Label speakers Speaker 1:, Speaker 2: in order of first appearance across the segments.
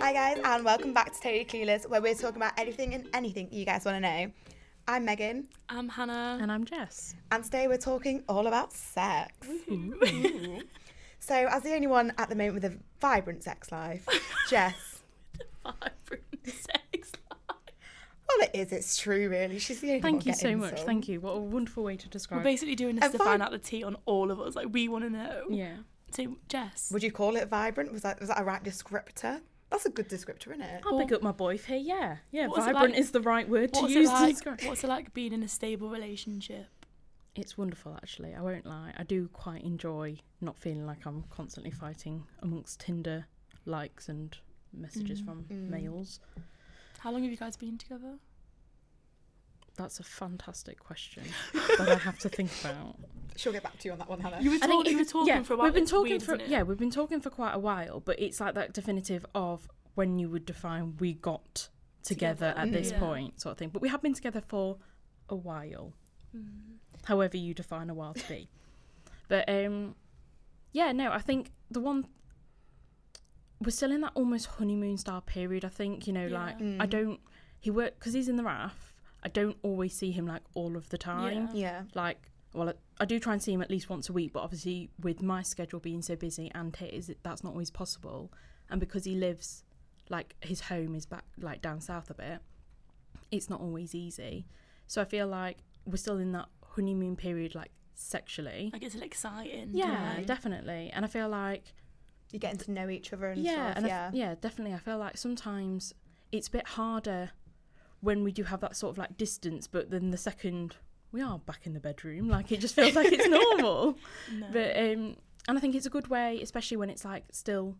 Speaker 1: Hi guys, and welcome back to Totally Clueless, where we're talking about anything and anything you guys want to know. I'm Megan,
Speaker 2: I'm Hannah.
Speaker 3: And I'm Jess.
Speaker 1: and today we're talking all about sex.
Speaker 2: Mm-hmm.
Speaker 1: So, as the only one at the moment with a vibrant sex life, Jess.
Speaker 2: Vibrant sex life.
Speaker 1: Well, it is. It's true, really. She's the only one.
Speaker 3: Thank you so
Speaker 1: getting
Speaker 3: much.
Speaker 1: some.
Speaker 3: Thank you. What a wonderful way to
Speaker 2: We're
Speaker 3: describe.
Speaker 2: basically doing this
Speaker 1: And
Speaker 2: to
Speaker 1: fine.
Speaker 2: find out the tea on all of us. Like we want to know.
Speaker 3: yeah.
Speaker 2: So Jess,
Speaker 1: Would you call it vibrant? Was that was that a right descriptor? That's a good descriptor, isn't it?
Speaker 3: I'll pick up my boy here. Yeah. Yeah.
Speaker 2: What's it
Speaker 3: Vibrant
Speaker 2: like-
Speaker 3: is the right word to
Speaker 2: what's
Speaker 3: use
Speaker 2: it
Speaker 3: to
Speaker 2: like?
Speaker 3: describe.
Speaker 2: What's it like being in a stable relationship?
Speaker 3: It's wonderful, actually. I won't lie. I do quite enjoy not feeling like I'm constantly fighting amongst Tinder likes and messages from males.
Speaker 2: How long have you guys been together?
Speaker 3: That's a fantastic question that I have to think about.
Speaker 1: She'll get back to you on that one, Hannah.
Speaker 2: You were,
Speaker 3: I
Speaker 2: talk-
Speaker 3: think
Speaker 2: you were
Speaker 3: it's-
Speaker 2: talking
Speaker 3: yeah,
Speaker 2: for a while.
Speaker 3: We've been
Speaker 2: It's
Speaker 3: talking
Speaker 2: weird,
Speaker 3: for
Speaker 2: isn't it?
Speaker 3: yeah, we've been talking for quite a while, but it's like that definitive of when you would define we got together,
Speaker 2: Together.
Speaker 3: at this
Speaker 2: Yeah.
Speaker 3: point, sort of thing. But we have been together for a while,
Speaker 2: Mm.
Speaker 3: however you define a while to be. but um, yeah, no, I think the one we're still in that almost honeymoon style period. I think you know,
Speaker 2: Yeah.
Speaker 3: like I don't he work because he's in the RAF. I don't always see him like all of the time
Speaker 1: yeah.
Speaker 2: Yeah.
Speaker 3: like well i do try and see him at least once a week but obviously with my schedule being so busy and his that's not always possible and because he lives like his home is back like down south a bit it's not always easy so i feel like we're still in that honeymoon period like sexually
Speaker 2: Like it's exciting.
Speaker 3: yeah
Speaker 2: like-
Speaker 3: definitely and i feel like
Speaker 1: You're getting to know each other and
Speaker 3: yeah,
Speaker 1: stuff.
Speaker 3: and I
Speaker 1: yeah.
Speaker 3: f- yeah, definitely. I feel like sometimes it's a bit harder when we do have that sort of like distance, but then the second we are back in the bedroom, like it just feels like it's normal.
Speaker 2: No.
Speaker 3: But um, and I think it's a good way, especially when it's like still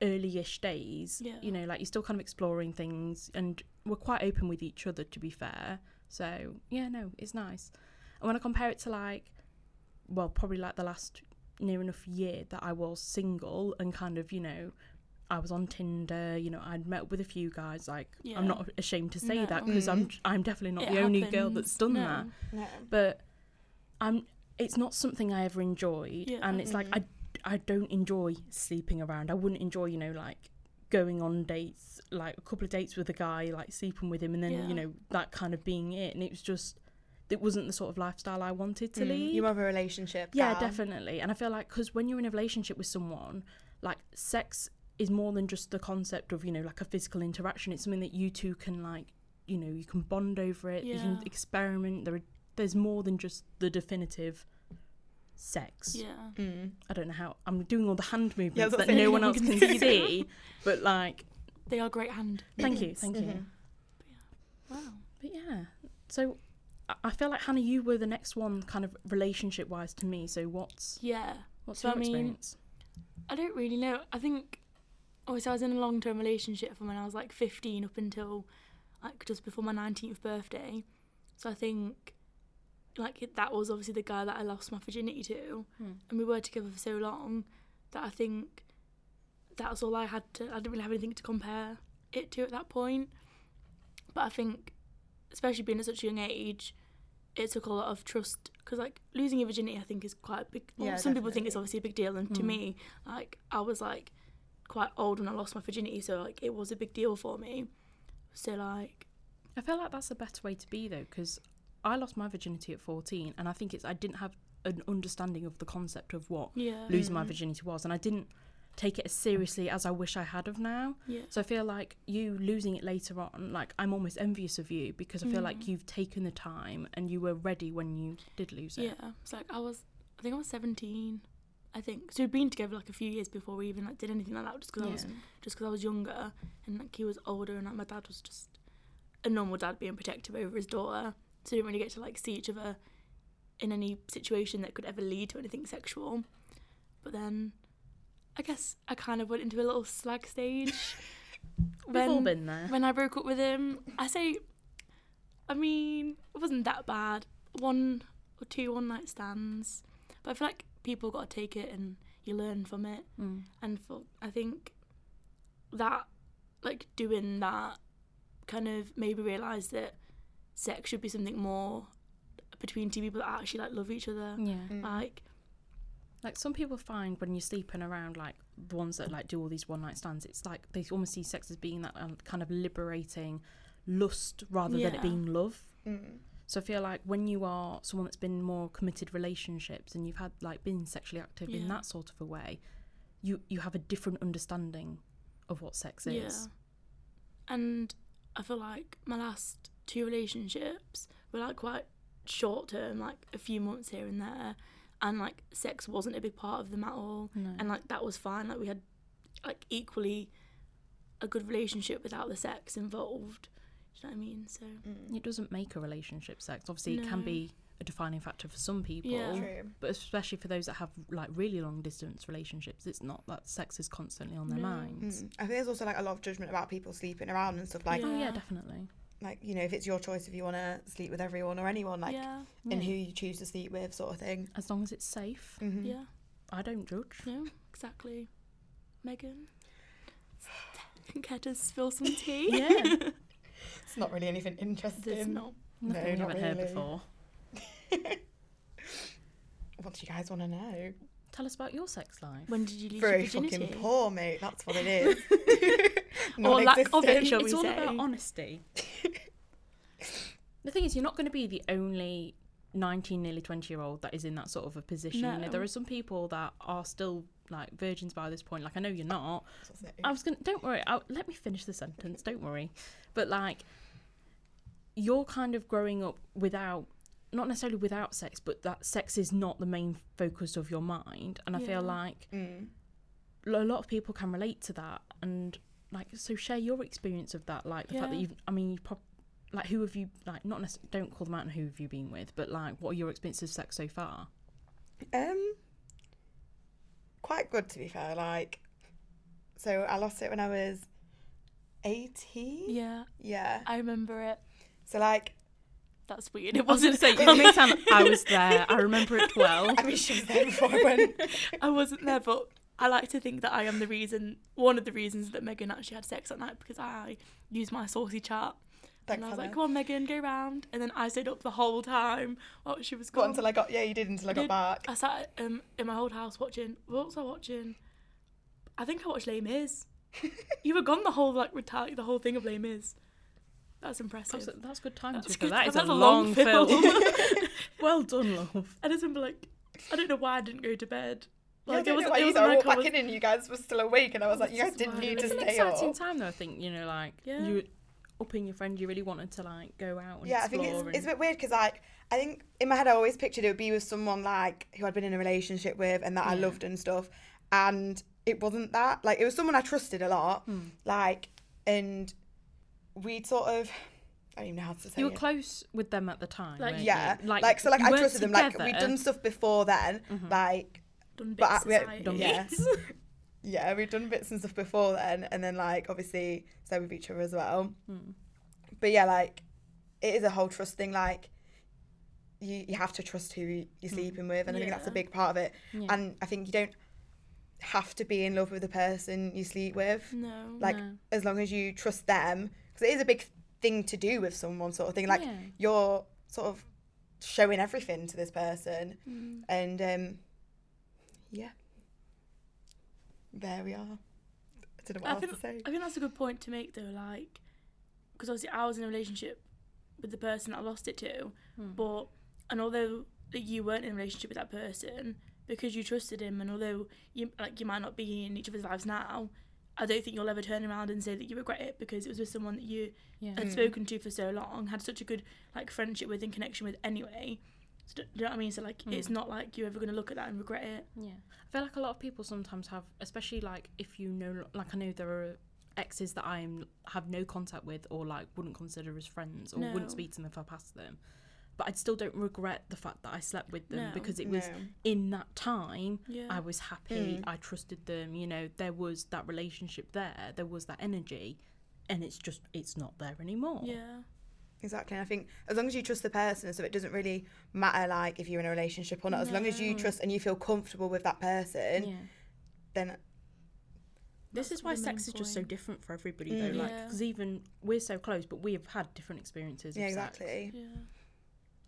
Speaker 3: early-ish days.
Speaker 2: Yeah.
Speaker 3: You know, like you're still kind of exploring things, and we're quite open with each other. To be fair, so yeah, no, it's nice. And when I compare it to like, well, probably like the last near enough year that I was single and kind of, you know, I was on Tinder. You know, I'd met up with a few guys. Like,
Speaker 2: Yeah.
Speaker 3: I'm not ashamed to
Speaker 2: No.
Speaker 3: say
Speaker 2: Mm.
Speaker 3: that that because I'm I'm definitely not
Speaker 2: It
Speaker 3: the only girl
Speaker 2: happens.
Speaker 3: that's done
Speaker 2: No.
Speaker 3: that
Speaker 1: No.
Speaker 3: but I'm it's not something I ever enjoyed
Speaker 2: Yeah. mm-hmm.
Speaker 3: and it's like I I don't enjoy sleeping around. I wouldn't enjoy, you know, like going on dates, like a couple of dates with a guy, like sleeping with him and then,
Speaker 2: Yeah.
Speaker 3: you know, that kind of being it and it was just it wasn't the sort of lifestyle I wanted
Speaker 2: Mm.
Speaker 3: to lead.
Speaker 1: Mm, You have a relationship.
Speaker 3: Yeah,
Speaker 1: gal.
Speaker 3: definitely. And I feel like because when you're in a relationship with someone, like sex is more than just the concept of you know like a physical interaction. It's something that you two can like you know you can bond over it. You can
Speaker 2: Yeah.
Speaker 3: experiment. There are, there's more than just the definitive sex.
Speaker 2: Yeah.
Speaker 1: Mm.
Speaker 3: I don't know how I'm doing all the hand movements
Speaker 1: what
Speaker 3: that
Speaker 1: I'm
Speaker 3: no
Speaker 2: saying.
Speaker 3: one
Speaker 2: No one
Speaker 3: else
Speaker 2: can see them.
Speaker 3: can see, but like
Speaker 2: They are great hand.
Speaker 3: thank you,
Speaker 2: movements.
Speaker 3: thank you.
Speaker 1: Mm-hmm.
Speaker 2: Wow.
Speaker 3: But yeah, so I- I feel like Hannah, you were the next one kind of relationship wise to me. So what's
Speaker 2: Yeah.
Speaker 3: what's
Speaker 2: So,
Speaker 3: your
Speaker 2: I mean,
Speaker 3: experience?
Speaker 2: I don't really know. I think obviously I was in a long term relationship from when I was like 15 up until like just before my 19th birthday. So I think like it- that was obviously the guy that I lost my virginity to, and we were together for so long that I think that's all I had to. I didn't really have anything to compare it to at that point. But I think, especially being at such a young age, it took a lot of trust because like losing your virginity, I think, is quite a big. Well,
Speaker 1: Yeah,
Speaker 2: some people think
Speaker 1: definitely.
Speaker 2: it's
Speaker 1: Hmm.
Speaker 2: obviously a big deal, and to me, like I was like quite old when I lost my virginity, so like it was a big deal for me. So like,
Speaker 3: I feel like that's a better way to be though, because I lost my virginity at 14, and I think it's I didn't have an understanding of the concept of what
Speaker 2: yeah,
Speaker 3: losing my virginity was, and I didn't take it as seriously as I wish I had of now.
Speaker 2: yeah,
Speaker 3: So I feel like you losing it later on, like I'm almost envious of you because I feel
Speaker 2: Mm.
Speaker 3: like you've taken the time and you were ready when you did lose it.
Speaker 2: yeah. It's like I was, I think I was seventeen. I think so. We'd been together like a few years before we even like did anything like that, just because I was just because I was younger and like he was older and like my dad was just a normal dad being protective over his daughter. So we didn't really get to like see each other in any situation that could ever lead to anything sexual. But then I guess I kind of went into a little slag stage.
Speaker 3: We've all been there.
Speaker 2: when I broke up with him, I say, I mean, it wasn't that bad. One or two one night stands, but I feel like people got to take it and you learn from it.
Speaker 3: Mm.
Speaker 2: And for I think that, like doing that, kind of made me realise that sex should be
Speaker 3: Mm.
Speaker 1: Mm. Mm-hmm.
Speaker 3: Uh,
Speaker 2: something more between two people that actually like love each other.
Speaker 3: Yeah.
Speaker 2: Like,
Speaker 3: Like some people find when you're sleeping around, like the ones that like do all these one night stands, it's like they almost see sex as being that um, kind of liberating lust rather than
Speaker 2: Yeah.
Speaker 3: it being love.
Speaker 1: Mm.
Speaker 3: So I feel like when you are someone that's been in more committed relationships and you've had like been sexually active in
Speaker 2: Yeah.
Speaker 3: that sort of a way, you you have a different understanding of what sex is.
Speaker 2: And I feel like my last two relationships were like quite short term, like a few months here and there. And like sex wasn't a big part of them at all.
Speaker 3: No.
Speaker 2: And like that was fine. Like we had like equally a good relationship without the sex involved. Do you know what I mean? So
Speaker 1: Mm.
Speaker 3: It doesn't make a relationship sex. Obviously, it can
Speaker 2: No.
Speaker 3: be a defining factor for some people,
Speaker 2: Yeah.
Speaker 1: True.
Speaker 3: but especially for those that have like really long distance relationships, it's not that sex is constantly on their
Speaker 2: No.
Speaker 3: minds.
Speaker 1: Mm. I think there's also like a lot of judgment about people sleeping around and stuff like
Speaker 3: Oh yeah,
Speaker 2: Yeah.
Speaker 3: definitely.
Speaker 1: like you know if it's your choice if you want to sleep with everyone or anyone like
Speaker 2: yeah,
Speaker 1: and
Speaker 3: Yeah.
Speaker 1: who you choose to sleep with sort of thing.
Speaker 3: As long as it's safe,
Speaker 1: Mhm.
Speaker 2: yeah,
Speaker 3: I don't judge.
Speaker 2: no, exactly. Megan, care to spill some tea?
Speaker 3: Yeah,
Speaker 1: It's not really anything
Speaker 2: There's
Speaker 1: interesting.
Speaker 2: not.
Speaker 3: nothing we
Speaker 1: not
Speaker 3: haven't heard
Speaker 1: really.
Speaker 3: before.
Speaker 1: What do you guys want to know?
Speaker 3: Tell us about your sex life.
Speaker 2: When did you lose
Speaker 1: Very
Speaker 2: your virginity?
Speaker 1: fucking poor, mate. That's what it is.
Speaker 2: Or lack of
Speaker 1: Non-existent.
Speaker 2: it, shall
Speaker 3: it's
Speaker 2: we
Speaker 3: all
Speaker 2: say?
Speaker 3: about honesty. the thing is, you're not going to be the only 19, nearly 20 year old that is in that sort of a position. You know,
Speaker 2: No.
Speaker 3: there are some people that are still like virgins by this point. Like I know you're not. I
Speaker 1: I've
Speaker 3: was gonna. Don't worry. i let me finish the sentence. Don't worry. But like, you're kind of growing up without. Not necessarily without sex, but that sex is not the main focus of your mind. And I
Speaker 2: Yeah.
Speaker 3: feel like
Speaker 1: mm.
Speaker 3: a lot of people can relate to that and like so share your experience of that like the fact that
Speaker 2: Yeah.
Speaker 3: you've i mean you prob like who have you like not necessarily don't call them out and who have you been with but like what are your experiences of sex so far
Speaker 1: Um, quite good to be fair. Like, so I lost it when I was eighteen.
Speaker 2: Yeah,
Speaker 1: Yeah.
Speaker 2: I remember it.
Speaker 1: So like,
Speaker 2: That's weird. It
Speaker 3: i was gonna
Speaker 2: wasn't.
Speaker 3: say you make sound like, i was there i remember it well
Speaker 1: I mean, she was there before I went.
Speaker 2: I wasn't there, but I like to think that I am the reason, one of the reasons that Megan actually had sex that night because I used my saucy chat.
Speaker 1: Thanks,
Speaker 2: and I was
Speaker 1: Hannah.
Speaker 2: like, "Come on, Megan, go round." And then I stayed up the whole time while she was
Speaker 1: Got
Speaker 2: gone.
Speaker 1: until I got yeah, you did until I got
Speaker 2: Did-
Speaker 1: back.
Speaker 2: I sat um, in my old house watching. What was I watching? I think I watched Les Mis. you were gone the whole like retali- the whole thing of Les Mis. That's
Speaker 3: that's,
Speaker 2: impressive.
Speaker 3: that's good time
Speaker 2: That's
Speaker 3: to be
Speaker 2: good-
Speaker 3: that is
Speaker 2: that's
Speaker 3: a long, film,
Speaker 2: film.
Speaker 3: well done love
Speaker 2: I just remember like I don't know why I didn't go to bed.
Speaker 1: Yeah, I
Speaker 2: Like
Speaker 1: don't
Speaker 2: it
Speaker 1: know
Speaker 2: wasn't
Speaker 1: why
Speaker 2: it
Speaker 1: either.
Speaker 2: wasn't
Speaker 1: I
Speaker 2: like
Speaker 1: walked
Speaker 2: I
Speaker 1: back
Speaker 2: was,
Speaker 1: in and you guys were still awake, and I was like, you
Speaker 2: This
Speaker 1: guys
Speaker 2: is
Speaker 1: didn't
Speaker 2: wild.
Speaker 1: need to
Speaker 3: it's an
Speaker 1: stay
Speaker 3: exciting
Speaker 1: up.
Speaker 3: time though i think you know like
Speaker 2: Yeah.
Speaker 3: you upping your friend you really wanted to like go out and
Speaker 1: Yeah, I
Speaker 3: explore
Speaker 1: think it's,
Speaker 3: and...
Speaker 1: it's a bit weird because like I think in my head I always pictured it would be with someone like who I'd been in a relationship with and that I
Speaker 3: Yeah.
Speaker 1: loved and stuff, and it wasn't that. Like it was someone I trusted a lot,
Speaker 3: Hmm.
Speaker 1: like and we'd sort of I don't even know how to say
Speaker 3: You were
Speaker 1: it.
Speaker 3: close with them at the time.
Speaker 2: Like,
Speaker 3: weren't you?
Speaker 1: yeah, like, so like
Speaker 3: you
Speaker 1: I
Speaker 3: weren't
Speaker 1: trusted them. Like we'd
Speaker 3: together. Mm-hmm.
Speaker 1: done stuff before then, like
Speaker 2: done
Speaker 1: But I-
Speaker 2: big
Speaker 1: we-
Speaker 2: society.
Speaker 3: done
Speaker 1: yeah. yeah, we'd done bits and stuff before then, and then like obviously stayed with each other as well.
Speaker 3: Mm.
Speaker 1: But yeah, like it is a whole trust thing. Like you, you have to trust who you're sleeping with, and I think that's a
Speaker 2: Yeah.
Speaker 1: big part of it.
Speaker 3: Mm. Yeah.
Speaker 1: And I think you don't have to be in love with the person you sleep with,
Speaker 2: No.
Speaker 1: like
Speaker 3: No.
Speaker 1: as long as you trust them, because it is a big thing to do with someone, sort of thing. Like
Speaker 3: Yeah.
Speaker 1: you're sort of showing everything to this person,
Speaker 2: Mm.
Speaker 1: and um, yeah, there we are. I don't know what
Speaker 2: I
Speaker 1: else to say.
Speaker 2: I think that's a good point to make though, like, because obviously I was in a relationship with the person that I lost it to, but and although that you weren't in a relationship with that person because you trusted him, and although you like you might not be in each other's lives now, I don't think you'll ever turn around and say that you regret it because it was with someone that you
Speaker 3: Yeah.
Speaker 2: had spoken to for so long, had such a good like friendship with and connection with anyway. So, do you know what I mean? So like, it's not like you're ever gonna look at that and regret it.
Speaker 3: Yeah. I feel like a lot of people sometimes have, especially like if you know, like I know there are exes that I am, have no contact with or like wouldn't consider as friends or
Speaker 2: No.
Speaker 3: wouldn't speak to them if I passed them. But I still don't regret the fact that I slept with them
Speaker 2: No.
Speaker 3: because it was
Speaker 1: No. Hmm.
Speaker 3: in that time
Speaker 2: Yeah.
Speaker 3: I was happy, I trusted them, you know, there was that relationship there, there was that energy, and it's just, it's not there anymore.
Speaker 2: yeah.
Speaker 1: Exactly. And I think as long as you trust the person, so it doesn't really matter like if you're in a relationship or not. As long as you
Speaker 3: No.
Speaker 1: trust and you feel comfortable with that person,
Speaker 3: Yeah.
Speaker 1: then
Speaker 3: This
Speaker 2: That's
Speaker 3: is why
Speaker 2: the main
Speaker 3: sex is just so
Speaker 2: point.
Speaker 3: different for everybody,
Speaker 1: Mm.
Speaker 3: though. Like,
Speaker 2: Yeah.
Speaker 3: because even we're so close, but we have had different experiences.
Speaker 1: yeah,
Speaker 3: of sex.
Speaker 1: exactly.
Speaker 2: Yeah.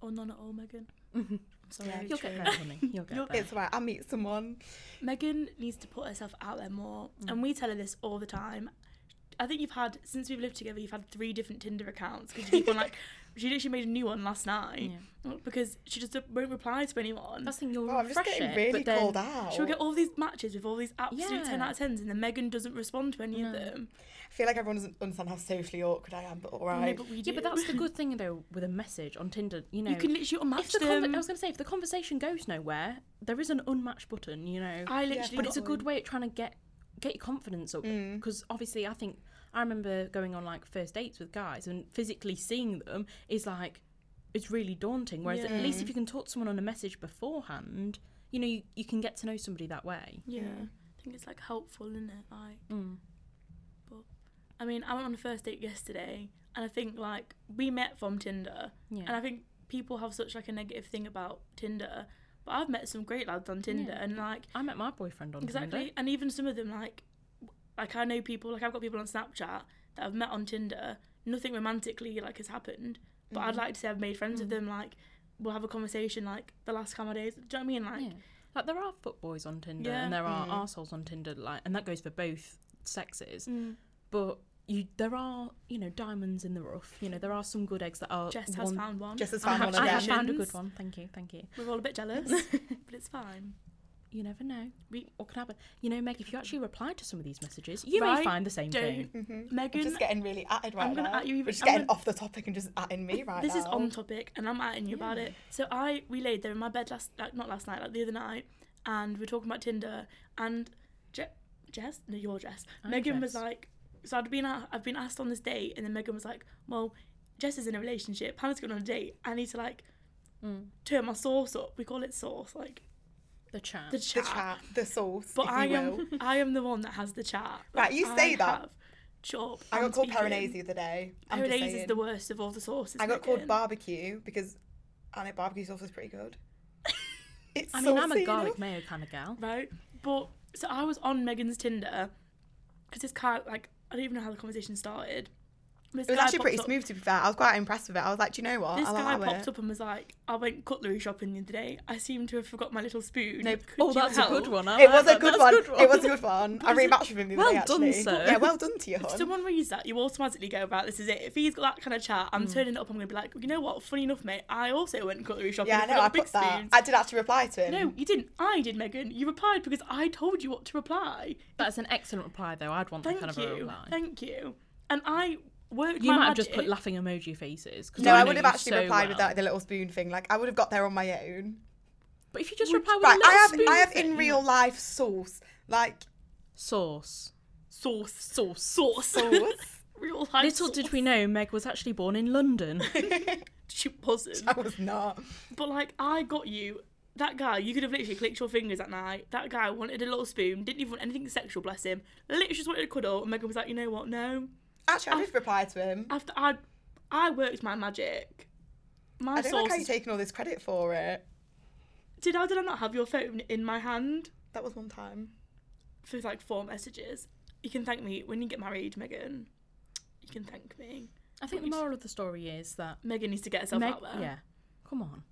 Speaker 2: Or none at all, Megan.
Speaker 3: Mm-hmm.
Speaker 2: I'm sorry.
Speaker 1: Yeah.
Speaker 3: You'll get there, honey. You'll get
Speaker 2: You'll-
Speaker 3: there.
Speaker 1: It's right. I meet someone.
Speaker 2: Megan needs to put herself out there more,
Speaker 3: Mm.
Speaker 2: and we tell her this all the time. I think you've had since we've lived together, you've had three different Tinder accounts because you keep on like. She literally made a new one last night
Speaker 3: Yeah.
Speaker 2: because she just won't reply to anyone.
Speaker 3: That's the thing. You'll
Speaker 1: Oh, I'm just
Speaker 3: refresh
Speaker 1: getting
Speaker 3: it,
Speaker 1: really
Speaker 3: but then
Speaker 1: called out.
Speaker 2: She'll get all these matches with all these absolute ten
Speaker 3: Yeah.
Speaker 2: out of tens, and then Megan doesn't respond to any of
Speaker 3: No.
Speaker 2: them.
Speaker 1: I feel like everyone doesn't understand how socially awkward I am, but all
Speaker 2: No,
Speaker 1: right.
Speaker 2: but we
Speaker 3: Yeah, but
Speaker 2: do.
Speaker 3: that's the good thing though with a message on Tinder. You know,
Speaker 2: you can literally
Speaker 3: if
Speaker 2: unmatch
Speaker 3: the
Speaker 2: them.
Speaker 3: conver- I was going to say if the conversation goes nowhere, there is an unmatched button. You know,
Speaker 2: I literally.
Speaker 3: but
Speaker 2: got
Speaker 3: it's a
Speaker 2: one.
Speaker 3: good way at trying to get get your confidence up
Speaker 1: Mm.
Speaker 3: because obviously I think I remember going on like first dates with guys and physically seeing them is like it's really daunting. Whereas at least
Speaker 1: Yeah.
Speaker 3: if you can talk to someone on a message beforehand, you know you, you can get to know somebody that way.
Speaker 2: Yeah,
Speaker 1: Mm.
Speaker 2: I think it's like helpful, isn't it? Like,
Speaker 3: Mm.
Speaker 2: I mean, I went on a first date yesterday, and I think like we met from Tinder,
Speaker 3: Yeah,
Speaker 2: and I think people have such like a negative thing about Tinder, but I've met some great lads on Tinder,
Speaker 3: Yeah.
Speaker 2: and like
Speaker 3: I met my boyfriend on
Speaker 2: exactly,
Speaker 3: Tinder.
Speaker 2: and even some of them like, like I know people like I've got people on Snapchat that I've met on Tinder. Nothing romantically like has happened, but I'd
Speaker 1: Mm.
Speaker 2: like to say I've made friends with
Speaker 3: Mm-hmm. Mm.
Speaker 2: them. Like, we'll have a conversation like the last couple of days. Do you know what I mean? Like,
Speaker 3: Yeah. Mm-hmm. Like there are footboys on Tinder
Speaker 2: Yeah.
Speaker 3: and there are
Speaker 1: Mm.
Speaker 3: arseholes on Tinder, like and that goes for both sexes.
Speaker 2: mm.
Speaker 3: But you there are, you know, diamonds in the rough. You know, there are some good eggs that are
Speaker 2: Jess has
Speaker 3: one-
Speaker 2: found one.
Speaker 1: Just as
Speaker 3: I
Speaker 1: found
Speaker 3: have,
Speaker 1: one of
Speaker 3: I have
Speaker 1: them.
Speaker 3: found a
Speaker 2: Congratulations.
Speaker 3: good one. Thank you, thank you.
Speaker 2: We're all a bit jealous, but it's fine.
Speaker 3: You never know.
Speaker 2: We-
Speaker 3: what can happen. You know, Meg, if you actually reply to some of these messages, you may
Speaker 2: Right?
Speaker 3: find the same
Speaker 2: Don't-
Speaker 3: thing.
Speaker 1: Mhm.
Speaker 2: Megan,
Speaker 1: I'm just getting really atted right
Speaker 2: gonna
Speaker 1: now.
Speaker 2: at you even-
Speaker 1: We're just
Speaker 2: I'm
Speaker 1: getting
Speaker 2: gonna-
Speaker 1: off the topic and just atting me right
Speaker 2: this
Speaker 1: now.
Speaker 2: is on topic, and I'm at you about
Speaker 3: Yeah.
Speaker 2: it. So I we laid there in my bed last, like not last night, like the other night, and we were talking about Tinder. And Je- Jess, no, your Jess.
Speaker 3: I'm
Speaker 2: Megan was
Speaker 3: Jess.
Speaker 2: like, so I'd been a- I've been asked on this date, and then Megan was like, well, Jess is in a relationship. Hannah's going on a date. I need to like
Speaker 1: Hmm.
Speaker 3: Mm.
Speaker 2: turn my sauce up. We call it sauce, like
Speaker 3: The chat.
Speaker 2: the
Speaker 1: the
Speaker 2: chat.
Speaker 1: chat, the sauce.
Speaker 2: But
Speaker 1: if
Speaker 2: I
Speaker 1: you will.
Speaker 2: am I am the one that has the chat.
Speaker 1: Right, you say that.
Speaker 2: Chop.
Speaker 1: I got
Speaker 2: I'm
Speaker 1: called
Speaker 2: speaking.
Speaker 1: Paranese the other day. I'm just
Speaker 2: Paranese is
Speaker 1: saying.
Speaker 2: the worst of all the sauces.
Speaker 1: I got
Speaker 2: Megan.
Speaker 1: called barbecue because I know barbecue sauce is pretty good. It's
Speaker 3: I mean, I'm
Speaker 1: saucy
Speaker 3: a garlic
Speaker 1: enough.
Speaker 3: mayo kind of gal.
Speaker 2: right? But so I was on Megan's Tinder because this guy, like, I don't even know how the conversation started. This
Speaker 1: It was
Speaker 2: guy
Speaker 1: actually
Speaker 2: popped
Speaker 1: pretty
Speaker 2: up-
Speaker 1: smooth, to be fair. I was quite impressed with it. I was like, do you know what?
Speaker 2: This
Speaker 1: I'll
Speaker 2: guy
Speaker 1: allow
Speaker 2: popped
Speaker 1: it.
Speaker 2: up and was like, "I went cutlery shopping the other day. I seem to have forgot my little spoon.
Speaker 3: No,
Speaker 2: Could
Speaker 3: oh,
Speaker 2: you
Speaker 3: that's a
Speaker 2: help?"
Speaker 3: good one. I
Speaker 1: It
Speaker 3: like
Speaker 1: was a
Speaker 3: that.
Speaker 1: good
Speaker 3: That's
Speaker 1: one.
Speaker 3: good
Speaker 1: It was a good one. I
Speaker 2: But is it-
Speaker 1: rematched with him the
Speaker 3: Well
Speaker 1: other day,
Speaker 3: done,
Speaker 1: actually.
Speaker 3: sir.
Speaker 1: Yeah, well done to you, hun.
Speaker 2: If someone reads that, you automatically go about this is it. If he's got that kind of chat,
Speaker 1: Hmm.
Speaker 2: I'm turning it up. I'm gonna be like, you know what? Funny enough, mate, I also went cutlery shopping.
Speaker 1: yeah, I
Speaker 2: and
Speaker 1: know.
Speaker 2: forgot
Speaker 1: I
Speaker 2: the big
Speaker 1: put that.
Speaker 2: spoons."
Speaker 1: I did actually reply to him.
Speaker 2: No, you didn't. I did, Megan. You replied because I told you what to reply.
Speaker 3: That's an excellent reply, though. I'd want
Speaker 2: Thank
Speaker 3: that kind
Speaker 2: you.
Speaker 3: of a reply.
Speaker 2: Thank you. And I worked
Speaker 3: You
Speaker 2: my
Speaker 3: might have just
Speaker 2: magic.
Speaker 3: put laughing emoji faces. 'cause
Speaker 1: No, I
Speaker 3: know
Speaker 1: would have
Speaker 3: you
Speaker 1: actually
Speaker 3: so
Speaker 1: replied with
Speaker 3: well.
Speaker 1: like the little spoon thing. Like I would have got there on my own.
Speaker 3: But if you just
Speaker 2: Would-
Speaker 3: reply with a
Speaker 1: Right, I
Speaker 3: little
Speaker 1: have
Speaker 3: spoon
Speaker 1: I have
Speaker 3: thing,
Speaker 1: in real life sauce. Like
Speaker 3: sauce,
Speaker 2: sauce,
Speaker 3: sauce,
Speaker 2: sauce,
Speaker 1: sauce.
Speaker 2: real life.
Speaker 3: Little
Speaker 2: sauce.
Speaker 3: did we know Meg was actually born in London.
Speaker 2: she wasn't.
Speaker 1: I was not.
Speaker 2: But like, I got you. That guy, you could have literally clicked your fingers that night. That guy wanted a little spoon, didn't even want anything sexual, bless him. Literally just wanted a cuddle. And Megan was like, you know what? No.
Speaker 1: Actually, I did reply to him.
Speaker 2: After I, I worked my magic. My
Speaker 1: I don't like
Speaker 2: sauce.
Speaker 1: how you're
Speaker 2: is-
Speaker 1: taking all this credit for it.
Speaker 2: did I did I not have your phone in my hand
Speaker 1: That was one time.
Speaker 2: for like four messages? You can thank me when you get married, Megan. You can thank me.
Speaker 3: I think the
Speaker 2: Please.
Speaker 3: moral of the story is that
Speaker 2: Megan needs to get herself
Speaker 3: Meg-
Speaker 2: out there.
Speaker 3: yeah, come on,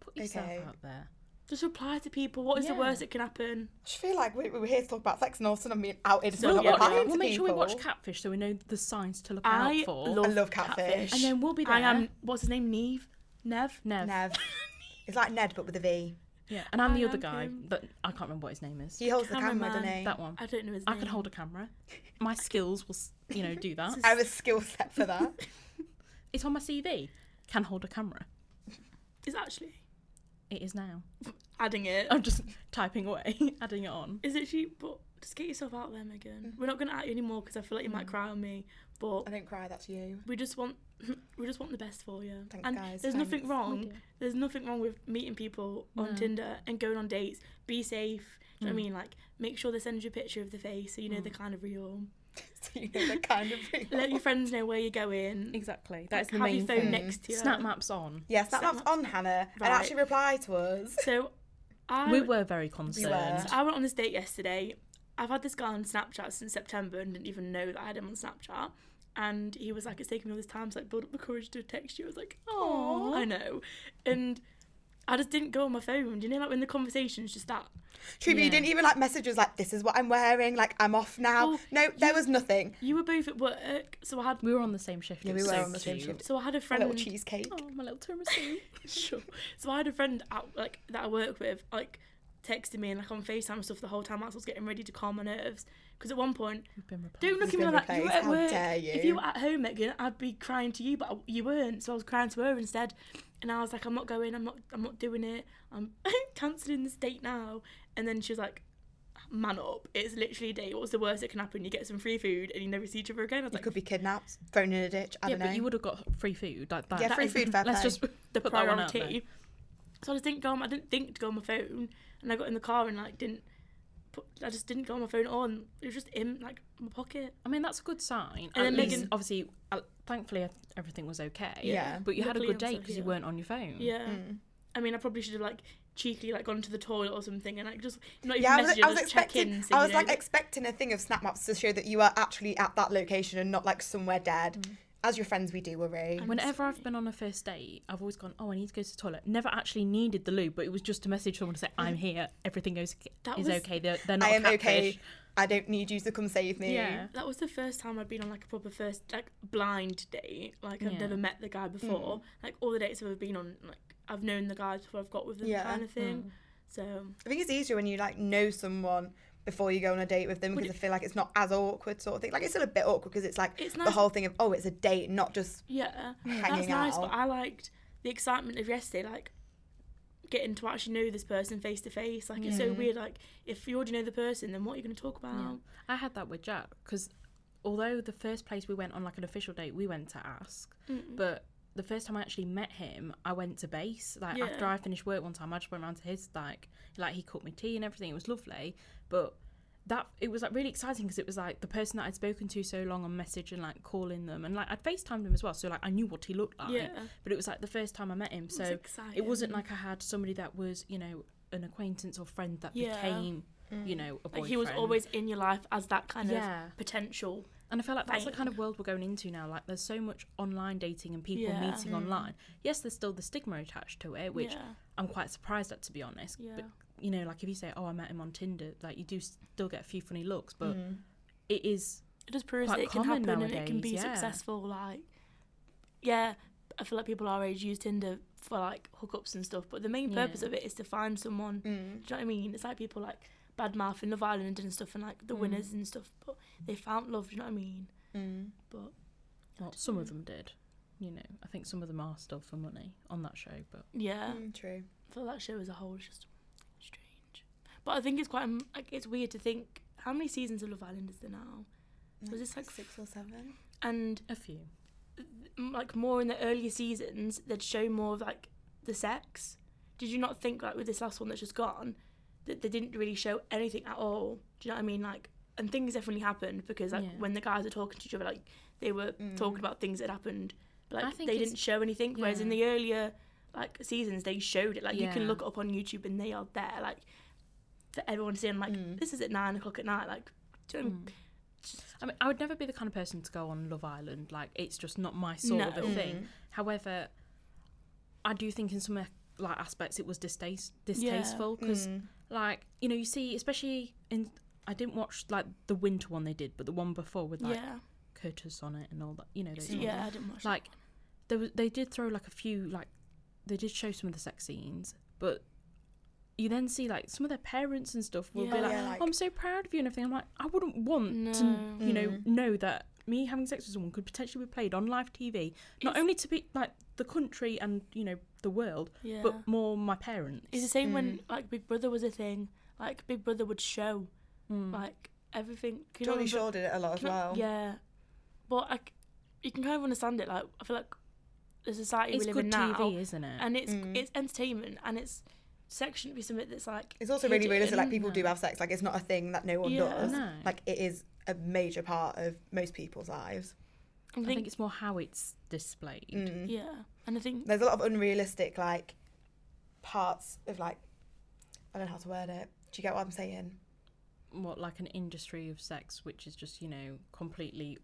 Speaker 3: put yourself
Speaker 1: Okay.
Speaker 3: out there.
Speaker 2: Just reply to people. What is the
Speaker 3: Yeah.
Speaker 2: worst that can happen?
Speaker 1: I just feel like we, we were here to talk about sex and all of a sudden I'm being outed for
Speaker 2: So
Speaker 1: not
Speaker 2: yeah,
Speaker 1: replying
Speaker 2: yeah.
Speaker 1: to
Speaker 3: We'll make sure we watch
Speaker 1: people.
Speaker 3: Catfish so we know the signs to look
Speaker 2: I
Speaker 3: out for.
Speaker 2: love,
Speaker 1: I love catfish.
Speaker 3: and then we'll be there.
Speaker 2: I am. What's his name? Neve. Nev.
Speaker 3: Nev.
Speaker 1: Nev. It's like Ned, but with a V.
Speaker 3: Yeah, and I'm the
Speaker 2: I
Speaker 3: other
Speaker 2: am
Speaker 3: guy,
Speaker 2: him.
Speaker 3: but I can't remember what his name is.
Speaker 1: He holds the camera,
Speaker 2: Cameraman.
Speaker 1: doesn't he?
Speaker 3: That one.
Speaker 2: I don't know his
Speaker 3: I
Speaker 2: name.
Speaker 3: can hold a camera. My skills will, s- you know, do that.
Speaker 1: I was skill set for that.
Speaker 3: It's on my CV. Can hold a camera.
Speaker 2: Is actually
Speaker 3: It is now.
Speaker 2: adding it.
Speaker 3: I'm just typing away, adding it on.
Speaker 2: Is it cheap? But just get yourself out there, Megan. We're not gonna at you anymore because I feel like you might cry on me. But
Speaker 1: I don't cry, that's you.
Speaker 2: we just want we just want the best for you.
Speaker 1: Thanks,
Speaker 2: and
Speaker 1: guys,
Speaker 2: there's nothing
Speaker 1: thanks.
Speaker 2: wrong.
Speaker 3: do.
Speaker 2: There's nothing wrong with meeting people on
Speaker 3: No.
Speaker 2: Tinder and going on dates. Be safe. Do you know what I mean? Like, make sure they send you a picture of the face so you know they're kind of real.
Speaker 1: So you know the kind of people.
Speaker 2: Let your friends know where you're going.
Speaker 3: Exactly. That's the
Speaker 2: have
Speaker 3: main
Speaker 2: your phone
Speaker 3: thing.
Speaker 2: next to you.
Speaker 3: Snap maps on.
Speaker 1: Yes, that
Speaker 2: Snap
Speaker 1: was on Hannah
Speaker 2: Right.
Speaker 1: and actually reply to us.
Speaker 2: So, I
Speaker 3: We were very concerned.
Speaker 2: So I went on this date yesterday. I've had this guy on Snapchat since September and didn't even know that I had him on Snapchat. And he was like, "It's taking me all this time to like build up the courage to text you." I was like, "Oh,
Speaker 3: Aw.
Speaker 2: I know." And I just didn't go on my phone. Do you know, like when the conversation's just that?
Speaker 1: True, but you
Speaker 3: Yeah.
Speaker 1: didn't even like message us like, this is what I'm wearing, like, I'm off now.
Speaker 2: Well,
Speaker 1: no, there
Speaker 2: you-
Speaker 1: was nothing.
Speaker 2: You were both at work, so I had
Speaker 3: We were on the same shift.
Speaker 1: Yeah,
Speaker 3: it
Speaker 1: we
Speaker 3: was
Speaker 1: were
Speaker 3: so
Speaker 1: on the same
Speaker 3: cute.
Speaker 1: shift.
Speaker 2: so I had a
Speaker 1: A
Speaker 2: friend.
Speaker 1: little cheesecake.
Speaker 2: Oh, my little tiramisu. sure. So I had a friend out like that I work with, like texted me and like on FaceTime and stuff the whole time. I was getting ready to calm my nerves because at one point,
Speaker 3: We've been replaced.
Speaker 2: don't look
Speaker 1: You've
Speaker 2: at me
Speaker 1: been
Speaker 2: like that. You were
Speaker 1: replaced.
Speaker 2: at
Speaker 1: How
Speaker 2: work.
Speaker 1: dare
Speaker 2: If
Speaker 1: you.
Speaker 2: you were at home, Megan, I'd be crying to you, but I- you weren't. So I was crying to her instead, and I was like, I'm not going. I'm not. I'm not doing it. I'm cancelling this date now. And then she was like. Man up! It's literally a date. What's the worst that can happen? You get some free food and you never see each other again. I was
Speaker 1: You
Speaker 2: like,
Speaker 1: could be kidnapped, thrown in a ditch. I
Speaker 3: yeah,
Speaker 1: don't know.
Speaker 3: but you would have got free food like that.
Speaker 1: yeah,
Speaker 2: that
Speaker 1: free
Speaker 2: is-
Speaker 1: food, fair
Speaker 3: Let's
Speaker 1: play.
Speaker 3: just
Speaker 2: the
Speaker 3: put that one out there.
Speaker 2: priority. So I just didn't go. On, I didn't think to go on my phone, and I got in the car and like didn't. Put, I just didn't go on my phone. On it was just in like my pocket.
Speaker 3: I mean, that's a good sign.
Speaker 2: And
Speaker 3: And
Speaker 2: then
Speaker 3: at least,
Speaker 2: Megan-
Speaker 3: obviously, uh, thankfully, everything was okay.
Speaker 1: Yeah.
Speaker 3: But you had a
Speaker 2: Luckily
Speaker 3: good
Speaker 2: I'm
Speaker 3: day
Speaker 2: still
Speaker 3: because you
Speaker 2: here.
Speaker 3: weren't on your phone.
Speaker 2: Yeah.
Speaker 1: Mm.
Speaker 2: I mean, I probably should have like cheekily like gone to the toilet or something and like just not even
Speaker 1: Yeah, I was,
Speaker 2: message.
Speaker 1: I was
Speaker 2: just check
Speaker 1: expecting.
Speaker 2: in. So,
Speaker 1: I
Speaker 2: you
Speaker 1: was
Speaker 2: know.
Speaker 1: like expecting a thing of snap maps to show that you are actually at that location and not like somewhere dead.
Speaker 2: Mm.
Speaker 1: As your friends, we do worry.
Speaker 2: I'm
Speaker 3: Whenever
Speaker 2: sorry.
Speaker 3: I've been on a first date, I've always gone, oh, I need to go to the toilet. Never actually needed the loo, but it was just to message someone to say, I'm here, everything goes,
Speaker 2: That
Speaker 3: is
Speaker 2: was-
Speaker 3: okay, they're, they're not
Speaker 1: I
Speaker 3: a
Speaker 1: am okay.
Speaker 3: catfish."
Speaker 1: I don't need you to come save me.
Speaker 3: Yeah.
Speaker 2: That was the first time I'd been on like a proper first like blind date. Like I've
Speaker 3: Yeah.
Speaker 2: never met the
Speaker 1: Mm.
Speaker 2: guy before. Like all the dates I've ever been on, like I've known the guys before I've got with them
Speaker 1: Yeah.
Speaker 2: kind
Speaker 3: Mm.
Speaker 2: of thing. So
Speaker 1: I think it's easier when you like know someone before you go on a date with them
Speaker 2: Would
Speaker 1: because I feel like it's not as awkward sort of thing. Like it's still a bit awkward because it's like
Speaker 2: It's
Speaker 1: the
Speaker 2: nice-
Speaker 1: whole thing of oh, it's a date, not just
Speaker 2: yeah. That's
Speaker 1: hanging
Speaker 2: nice,
Speaker 1: out.
Speaker 2: but I liked the excitement of yesterday, like getting to actually know this person face to face. Like it's so
Speaker 1: Mhm.
Speaker 2: weird. Like if you already know the person, then what are you going to talk about?
Speaker 3: Yeah. I had that with Jack because although the first place we went on like an official date, we went to ask, but the first time I actually met him, I went to base. Like after
Speaker 2: Yeah.
Speaker 3: I finished work one time, I just went round to his like like he cooked me tea and everything. It was lovely, but that it was like really exciting because it was like the person that I'd spoken to so long on message and like calling them and like I'd FaceTimed him as well, so like I knew what he looked like.
Speaker 2: Yeah.
Speaker 3: But it was like the first time I met him,
Speaker 2: It's
Speaker 3: so
Speaker 2: exciting.
Speaker 3: it wasn't like I had somebody that was you know an acquaintance or friend that
Speaker 2: Yeah. Mm.
Speaker 3: became you know a boyfriend.
Speaker 2: like he was always in your life as that kind
Speaker 3: Yeah.
Speaker 2: of potential.
Speaker 3: And I feel like that's the
Speaker 2: Right.
Speaker 3: kind of world we're going into now. Like, there's so much online dating and people
Speaker 2: Yeah. Mm.
Speaker 3: meeting online. Yes, there's still the stigma attached to it, which
Speaker 2: yeah.
Speaker 3: I'm quite surprised at, to be honest.
Speaker 2: Yeah.
Speaker 3: But, you know, like if you say, oh, I met him on Tinder, like you do still get a few funny looks, but
Speaker 2: Mm.
Speaker 3: it is,
Speaker 2: It just proves
Speaker 3: quite
Speaker 2: that it can
Speaker 3: common
Speaker 2: happen and it can be
Speaker 3: nowadays, yeah.
Speaker 2: successful. Like yeah, I feel like people our age use Tinder for like hookups and stuff, but the main
Speaker 3: Yeah.
Speaker 2: purpose of it is to find someone Do you know what I mean? It's like people like badmouth in Love Island and stuff, and like the winners and stuff, but they found love. Do you know what I mean?
Speaker 1: Mm.
Speaker 2: But
Speaker 3: well, some of them did. You know, I think some of them are still for money on that show, but
Speaker 2: yeah,
Speaker 1: Mm, true.
Speaker 2: I feel that show as a whole is just strange. But I think it's quite um, like it's weird to think how many seasons of Love Island is there now? Was this like
Speaker 1: six or seven?
Speaker 2: and
Speaker 3: a few.
Speaker 2: m- like more in the earlier seasons they'd show more of like the sex. Did you not think like with this last one that's just gone that they didn't really show anything at all? Do you know what I mean? Like and things definitely happened because like
Speaker 3: Yeah.
Speaker 2: when the guys were talking to each other like they were talking about things that happened. But,
Speaker 3: I
Speaker 2: like
Speaker 3: think
Speaker 2: they
Speaker 3: it's-
Speaker 2: didn't show anything. Whereas in
Speaker 3: yeah.
Speaker 2: the earlier like seasons they showed it. Like you can
Speaker 3: Yeah.
Speaker 2: look it up on YouTube and they are there like for everyone to see and like this is at nine o'clock at night, like do you
Speaker 3: Mm.
Speaker 2: know what I mean?
Speaker 3: I mean, I would never be the kind of person to go on Love Island. Like, it's just not my sort of
Speaker 2: No. Mm.
Speaker 3: a thing. However, I do think in some eh, like aspects it was distaste distasteful
Speaker 1: Mm.
Speaker 3: because, like, you know, you see, especially in I didn't watch like the winter one they did, but the one before with like
Speaker 2: yeah.
Speaker 3: Curtis on it and all that. You know, those ones.
Speaker 2: Yeah, I didn't watch that.
Speaker 3: like there was, they did throw like a few like they did show some of the sex scenes, but. You then see like some of their parents and stuff will
Speaker 2: Yeah.
Speaker 3: be
Speaker 2: Oh,
Speaker 3: like,
Speaker 1: yeah, like-
Speaker 3: "I'm so proud of you" and everything. I'm like, I wouldn't want to
Speaker 2: No.
Speaker 3: you know know that me having sex with someone could potentially be played on live TV, not
Speaker 2: It's-
Speaker 3: only to be like the country and you know the world,
Speaker 2: Yeah.
Speaker 3: but more my parents.
Speaker 2: It's the same when
Speaker 3: Mm.
Speaker 2: like Big Brother was a thing. Like Big Brother would show
Speaker 3: Mm.
Speaker 2: like everything. Can you
Speaker 1: Johnny
Speaker 2: remember-
Speaker 1: Shaw did it a lot as
Speaker 2: can you-
Speaker 1: well.
Speaker 2: Yeah, but like you can kind of understand it. Like I feel like the society we
Speaker 3: It's
Speaker 2: live
Speaker 3: good
Speaker 2: in now,
Speaker 3: TV, isn't it?
Speaker 2: and it's
Speaker 1: Mm.
Speaker 2: it's entertainment, and it's sex shouldn't be something that's like.
Speaker 1: It's also really realistic. Like
Speaker 2: hidden.
Speaker 1: people do have sex. Like it's not a thing that no one
Speaker 2: Yeah.
Speaker 1: does.
Speaker 3: Mm-hmm. No.
Speaker 1: Like it is a major part of most people's lives.
Speaker 2: I
Speaker 3: I
Speaker 2: think,
Speaker 3: think it's more how it's displayed.
Speaker 1: Mm.
Speaker 2: yeah, and I think
Speaker 1: There's a lot of unrealistic like parts of like I don't know how to word it. Do you get what I'm saying?
Speaker 3: What like an industry of sex, which is just you know completely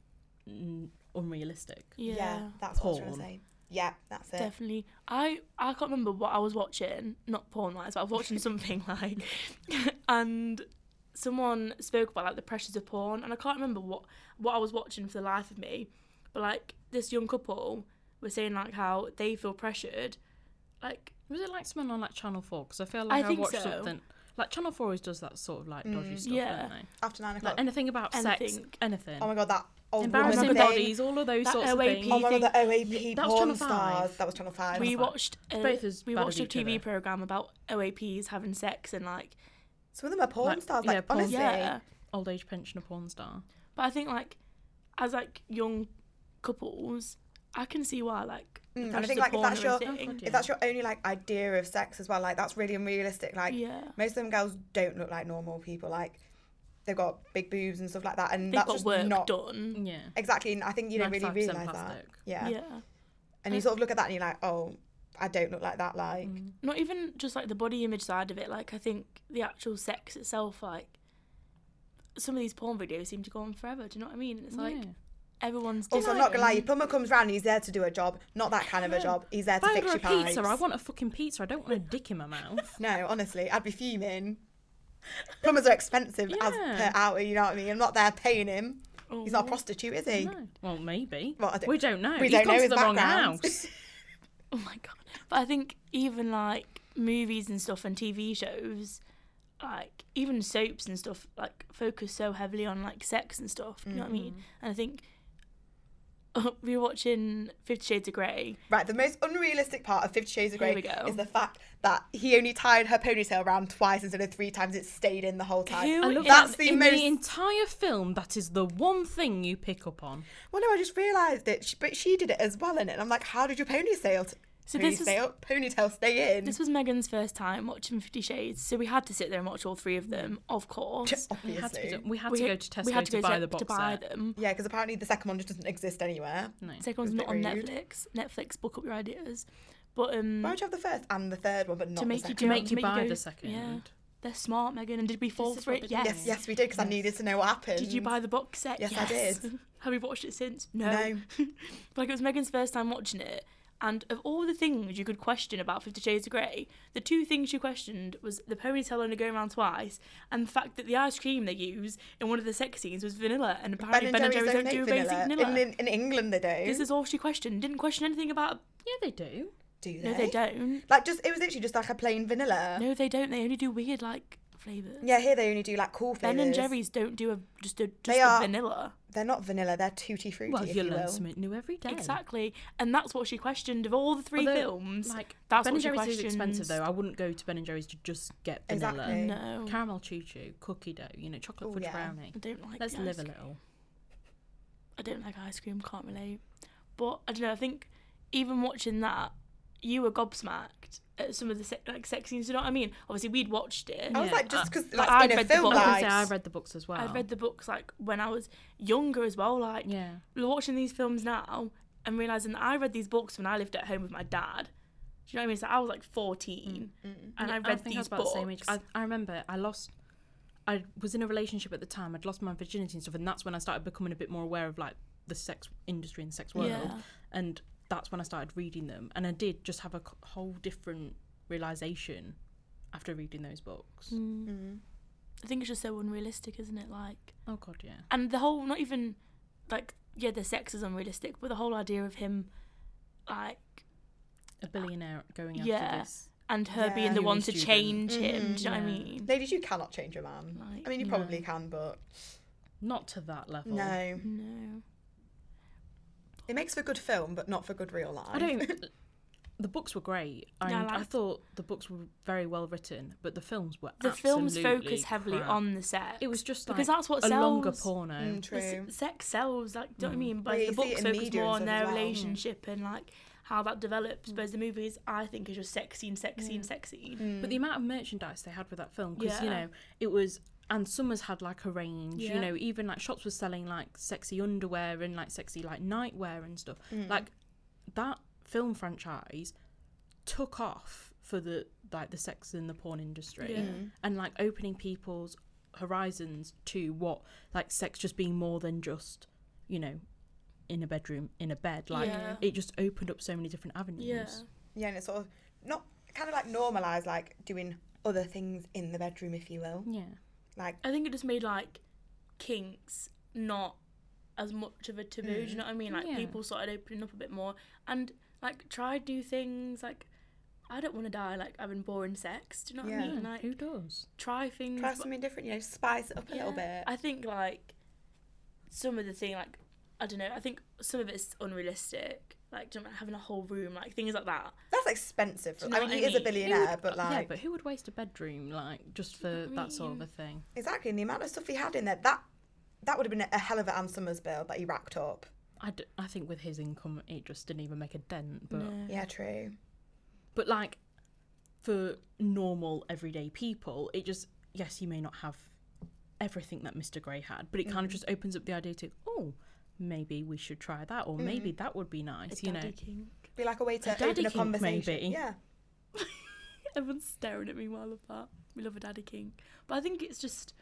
Speaker 3: n- unrealistic.
Speaker 2: yeah,
Speaker 1: that's what I was trying to
Speaker 3: Porn.
Speaker 1: say. Yeah, that's it.
Speaker 2: Definitely. I I can't remember what I was watching, not porn wise, but I was watching something like, and someone spoke about like the pressures of porn, and I can't remember what what I was watching for the life of me, but like this young couple were saying like how they feel pressured, like
Speaker 3: Was it like someone on like Channel Four? Because I feel like I,
Speaker 2: think
Speaker 3: watched
Speaker 2: so.
Speaker 3: something like Channel Four always does that sort of like
Speaker 1: Mm.
Speaker 3: dodgy stuff,
Speaker 2: yeah.
Speaker 3: don't they?
Speaker 1: After nine o'clock.
Speaker 3: Like anything about sex,
Speaker 2: Anything.
Speaker 3: anything,
Speaker 1: oh my god, that old
Speaker 3: embarrassing
Speaker 1: woman thing.
Speaker 3: bodies, all of those
Speaker 2: That
Speaker 3: sorts of
Speaker 2: OAP
Speaker 3: things.
Speaker 1: Oh my god, the OAP
Speaker 3: That was
Speaker 1: porn
Speaker 3: Channel Five.
Speaker 1: stars. That was Channel Five.
Speaker 2: we
Speaker 3: Channel Five.
Speaker 2: watched a,
Speaker 3: Both as
Speaker 2: we
Speaker 3: bad
Speaker 2: watched
Speaker 3: as
Speaker 2: a
Speaker 3: each
Speaker 2: TV
Speaker 3: other.
Speaker 2: program about OAPs having sex and like
Speaker 1: Some of them are porn
Speaker 3: Like,
Speaker 1: stars.
Speaker 3: yeah,
Speaker 1: Like
Speaker 3: porn-
Speaker 1: honestly,
Speaker 2: yeah.
Speaker 3: Old age pensioner porn star.
Speaker 2: But I think like as like young couples, I can see why like the
Speaker 1: Mm, and I
Speaker 2: pressures
Speaker 1: think,
Speaker 2: of
Speaker 1: like, if
Speaker 2: porn
Speaker 1: that's
Speaker 2: are a
Speaker 1: your-
Speaker 2: thing.
Speaker 3: Oh, God, yeah.
Speaker 1: if that's your only like idea of sex as well, like that's really unrealistic. Like
Speaker 2: yeah.
Speaker 1: most of them girls don't look like normal people. Like they've got big boobs and stuff like that, and
Speaker 2: They've
Speaker 1: that's
Speaker 2: got
Speaker 1: just
Speaker 2: work
Speaker 1: not
Speaker 2: done.
Speaker 3: Yeah.
Speaker 1: exactly. And I think you don't really
Speaker 3: 95%
Speaker 1: realize that.
Speaker 3: plastic.
Speaker 1: Yeah.
Speaker 2: Yeah.
Speaker 1: and you sort of look at that and you're like, oh, I don't look like that. Like
Speaker 2: Not even just like the body image side of it, like I think the actual sex itself, like some of these porn videos seem to go on forever, do you know what I mean? And it's like
Speaker 3: Yeah.
Speaker 2: everyone's
Speaker 1: also, I'm
Speaker 2: different.
Speaker 1: not gonna lie, your plumber comes round and he's there to do a job, not that kind of a
Speaker 3: No.
Speaker 1: job. He's there
Speaker 3: If
Speaker 1: to
Speaker 3: I
Speaker 1: fix your
Speaker 3: order a
Speaker 1: pipes.
Speaker 3: pizza, I want a fucking pizza. I don't want a dick in my mouth.
Speaker 1: No, honestly, I'd be fuming. Plumbers are expensive as per
Speaker 3: Yeah.
Speaker 1: hour, you know what I mean? I'm not there paying him.
Speaker 2: Oh,
Speaker 1: He's not a prostitute, is he?
Speaker 3: No. Well, maybe.
Speaker 1: Well, I don't-
Speaker 3: we don't know.
Speaker 1: we
Speaker 3: He's
Speaker 1: don't
Speaker 3: gone
Speaker 1: know
Speaker 3: to
Speaker 1: his
Speaker 3: the wrong
Speaker 1: background.
Speaker 3: house.
Speaker 2: Oh my god! But I think even like movies and stuff and TV shows, like even soaps and stuff, like focus so heavily on like sex and stuff. You know what I mean?
Speaker 1: Mm-hmm.
Speaker 2: And I think we were watching Fifty Shades of Grey.
Speaker 1: Right, the most unrealistic part of Fifty Shades of
Speaker 2: Here
Speaker 1: Grey
Speaker 2: we go.
Speaker 1: is the fact that he only tied her ponytail around twice instead of three times. It stayed in the whole time.
Speaker 2: Who I love
Speaker 1: That's
Speaker 3: in,
Speaker 1: the
Speaker 3: in
Speaker 1: most.
Speaker 3: the entire film. That is the one thing you pick up on.
Speaker 1: well, no, I just realised it, She- but she did it as well in it. And I'm like, how did your ponytail, t-
Speaker 2: So this was-
Speaker 1: ponytail, ponytail stay in?
Speaker 2: This was Megan's first time watching Fifty Shades, so we had to sit there and watch all three of them, of course.
Speaker 3: We had to,
Speaker 1: Obviously.
Speaker 3: go to- we had
Speaker 2: we
Speaker 3: to go
Speaker 2: had-
Speaker 3: to Tesco
Speaker 2: we had
Speaker 3: to,
Speaker 2: to, go
Speaker 3: buy
Speaker 2: to,
Speaker 3: the box
Speaker 2: to buy
Speaker 3: set.
Speaker 2: them.
Speaker 1: Yeah, because apparently the second one just doesn't exist anywhere.
Speaker 3: No.
Speaker 2: Second one's
Speaker 1: It's a
Speaker 2: not
Speaker 1: bit
Speaker 2: on
Speaker 1: rude.
Speaker 2: Netflix. Netflix, book up your ideas. But um,
Speaker 1: Why would you have the first and the third one, but not
Speaker 2: to make
Speaker 1: the
Speaker 2: you
Speaker 1: second?
Speaker 2: do
Speaker 3: To
Speaker 2: it,
Speaker 3: make
Speaker 2: to
Speaker 3: you buy
Speaker 2: go-
Speaker 3: the second.
Speaker 2: Yeah. They're smart, Megan. And did we fall
Speaker 3: is
Speaker 2: for
Speaker 3: what
Speaker 2: it?
Speaker 3: they
Speaker 2: Yes.
Speaker 3: do.
Speaker 1: Yes, yes, we did because I needed to know what happened.
Speaker 2: Did you buy the box set?
Speaker 1: Yes, I did.
Speaker 2: Have we watched it since? No.
Speaker 1: No.
Speaker 2: but like it was Megan's first time watching it, and of all the things you could question about Fifty Shades of Grey, the two things she questioned was the ponytail only going around twice, and the fact that the ice cream they use in one of the sex scenes was vanilla, and apparently Ben and Jerry's,
Speaker 1: don't
Speaker 2: don't,
Speaker 1: make
Speaker 2: do basic vanilla.
Speaker 1: In, in, in England, they do.
Speaker 2: this is all she questioned. Didn't question anything about.
Speaker 3: Yeah, they do.
Speaker 1: do they?
Speaker 2: No, they don't.
Speaker 1: Like, just it was literally just like a plain vanilla.
Speaker 2: No, they don't. They only do weird like flavors.
Speaker 1: Yeah, here they only do like cool flavors.
Speaker 2: Ben and Jerry's don't do a just a just
Speaker 1: They
Speaker 2: a
Speaker 1: are-
Speaker 2: vanilla.
Speaker 1: They're not vanilla. They're tutti frutti,
Speaker 3: Well,
Speaker 1: if
Speaker 3: you
Speaker 1: you
Speaker 3: learn
Speaker 1: will.
Speaker 3: something new every day.
Speaker 2: Exactly, and that's what she questioned of all the three
Speaker 3: Although,
Speaker 2: films.
Speaker 3: Like
Speaker 2: that's
Speaker 3: Ben
Speaker 2: what
Speaker 3: and
Speaker 2: she
Speaker 3: Jerry's is expensive
Speaker 2: questions.
Speaker 3: though. I wouldn't go to Ben and Jerry's to just get vanilla.
Speaker 1: Exactly.
Speaker 2: no,
Speaker 3: Caramel choo choo, cookie dough, you know, chocolate
Speaker 1: Ooh,
Speaker 3: fudge
Speaker 1: yeah.
Speaker 3: brownie.
Speaker 2: I don't like.
Speaker 3: Let's
Speaker 2: the
Speaker 3: live a
Speaker 2: ice-
Speaker 3: little.
Speaker 2: I don't like ice cream. Can't relate. But I don't know. I think even watching that, you were gobsmacked at some of the se- like sex scenes. You know what I mean? Obviously, we'd watched it.
Speaker 1: I was
Speaker 3: Yeah,
Speaker 1: like, just because like,
Speaker 2: like, I'd
Speaker 1: in a
Speaker 2: read the
Speaker 1: film,
Speaker 2: book.
Speaker 3: I was gonna
Speaker 1: like,
Speaker 3: say I read the books as well.
Speaker 2: I'd read the books like when I was younger as well. Like
Speaker 3: Yeah.
Speaker 2: watching these films now and realizing that I read these books when I lived at home with my dad. Do you know what I mean? So I was like 14 and I
Speaker 3: Mm, Yeah,
Speaker 2: read
Speaker 3: think
Speaker 2: these
Speaker 3: I was about
Speaker 2: books.
Speaker 3: the same age. I, I remember I lost. I was in a relationship at the time. I'd lost my virginity and stuff, and that's when I started becoming a bit more aware of like the sex industry and sex world.
Speaker 2: Yeah.
Speaker 3: And that's when I started reading them, and I did just have a c- whole different realization after reading those books.
Speaker 2: Mm.
Speaker 1: Mm.
Speaker 2: I think it's just so unrealistic, isn't it? Like,
Speaker 3: Oh God, yeah.
Speaker 2: and the whole, not even like, yeah, the sex is unrealistic, but the whole idea of him, like,
Speaker 3: A billionaire going after
Speaker 2: Yeah.
Speaker 3: this.
Speaker 2: and her
Speaker 1: Yeah.
Speaker 2: being the
Speaker 3: Uni
Speaker 2: one to
Speaker 3: student.
Speaker 2: change him. Do you know what I
Speaker 3: Yeah.
Speaker 2: mean?
Speaker 1: ladies, you cannot change your man.
Speaker 2: Like,
Speaker 1: I mean, you
Speaker 3: no.
Speaker 1: probably can, but
Speaker 3: Not to that level.
Speaker 1: no.
Speaker 2: No.
Speaker 1: It makes for good film, but not for good real life.
Speaker 3: I don't. even- the books were great, and
Speaker 2: Yeah, I
Speaker 3: I
Speaker 2: liked-
Speaker 3: thought the books were very well written, but the films were
Speaker 2: The films
Speaker 3: absolutely
Speaker 2: focus heavily
Speaker 3: crap.
Speaker 2: on the sex.
Speaker 3: It was just like
Speaker 2: Because that's what
Speaker 3: a longer
Speaker 2: sells.
Speaker 3: porno.
Speaker 1: Mm,
Speaker 2: The s-
Speaker 1: true.
Speaker 2: sex sells, like,
Speaker 3: Mm.
Speaker 2: do you know what I mean? But
Speaker 1: Well, you
Speaker 2: the
Speaker 1: see it
Speaker 2: books
Speaker 1: in
Speaker 2: focus
Speaker 1: media
Speaker 2: more
Speaker 1: and stuff
Speaker 2: on their
Speaker 1: as well. Mm.
Speaker 2: relationship and, like, how that develops. Whereas the movies, I think, is just sex scene, sex scene, sex scene.
Speaker 3: But the amount of merchandise they had with that film, because
Speaker 2: Mm-hmm.
Speaker 3: you
Speaker 2: Yeah.
Speaker 3: know it was, and Summers had like a range.
Speaker 2: Yeah.
Speaker 3: You know, even like shops were selling like sexy underwear and like sexy like nightwear and stuff.
Speaker 2: Mm.
Speaker 3: Like that film franchise took off for the like the sex and the porn industry,
Speaker 2: Yeah.
Speaker 1: Mm.
Speaker 3: and like opening people's horizons to what like sex just being more than just you know in a bedroom in a bed. Like
Speaker 2: Yeah.
Speaker 3: it just opened up so many different avenues.
Speaker 2: Yeah.
Speaker 1: Yeah, and it's sort of not kind of like normalised, like doing other things in the bedroom, if you will.
Speaker 3: Yeah.
Speaker 1: Like,
Speaker 2: I think it just made like kinks not as much of a taboo. Do
Speaker 1: Mm.
Speaker 2: you know what I mean? Like
Speaker 3: Yeah.
Speaker 2: people started opening up a bit more and like try do things like I don't want to die like having boring sex. Do you know what
Speaker 1: Yeah. Mm.
Speaker 2: I mean? Like
Speaker 3: Who does?
Speaker 2: try things.
Speaker 1: try
Speaker 2: Mm, but-
Speaker 1: something different, you know, spice it up a little
Speaker 2: Yeah.
Speaker 1: bit.
Speaker 2: I think like some of the thing like I don't know. I think some of it's unrealistic. Like do you know, having a whole room, like things like that.
Speaker 1: That's expensive.
Speaker 2: Do you
Speaker 1: I
Speaker 2: know
Speaker 1: mean,
Speaker 2: what
Speaker 1: he
Speaker 2: I
Speaker 1: is a
Speaker 2: mean?
Speaker 1: billionaire,
Speaker 3: Who would-
Speaker 1: but like,
Speaker 3: yeah, but who would waste a bedroom like just for
Speaker 2: I
Speaker 3: that sort of
Speaker 2: mean-
Speaker 3: a thing?
Speaker 1: exactly. And the amount of stuff he had in there, that that would have been a hell of an Anne Summers bill that he racked up.
Speaker 3: I, d- I think with his income, it just didn't even make a dent. But
Speaker 2: No.
Speaker 1: Yeah, true.
Speaker 3: but like for normal everyday people, it just yes, you may not have everything that Mr. Grey had, but it kind of just opens up the idea to oh, maybe we should try that, or maybe that would be
Speaker 2: A
Speaker 3: nice, you know.
Speaker 2: daddy kink.
Speaker 1: Be like a way to
Speaker 3: daddy
Speaker 1: open a
Speaker 3: kink,
Speaker 1: conversation.
Speaker 3: maybe.
Speaker 1: Yeah,
Speaker 2: Everyone's staring at me while I love that. We love a daddy king. But I think it's just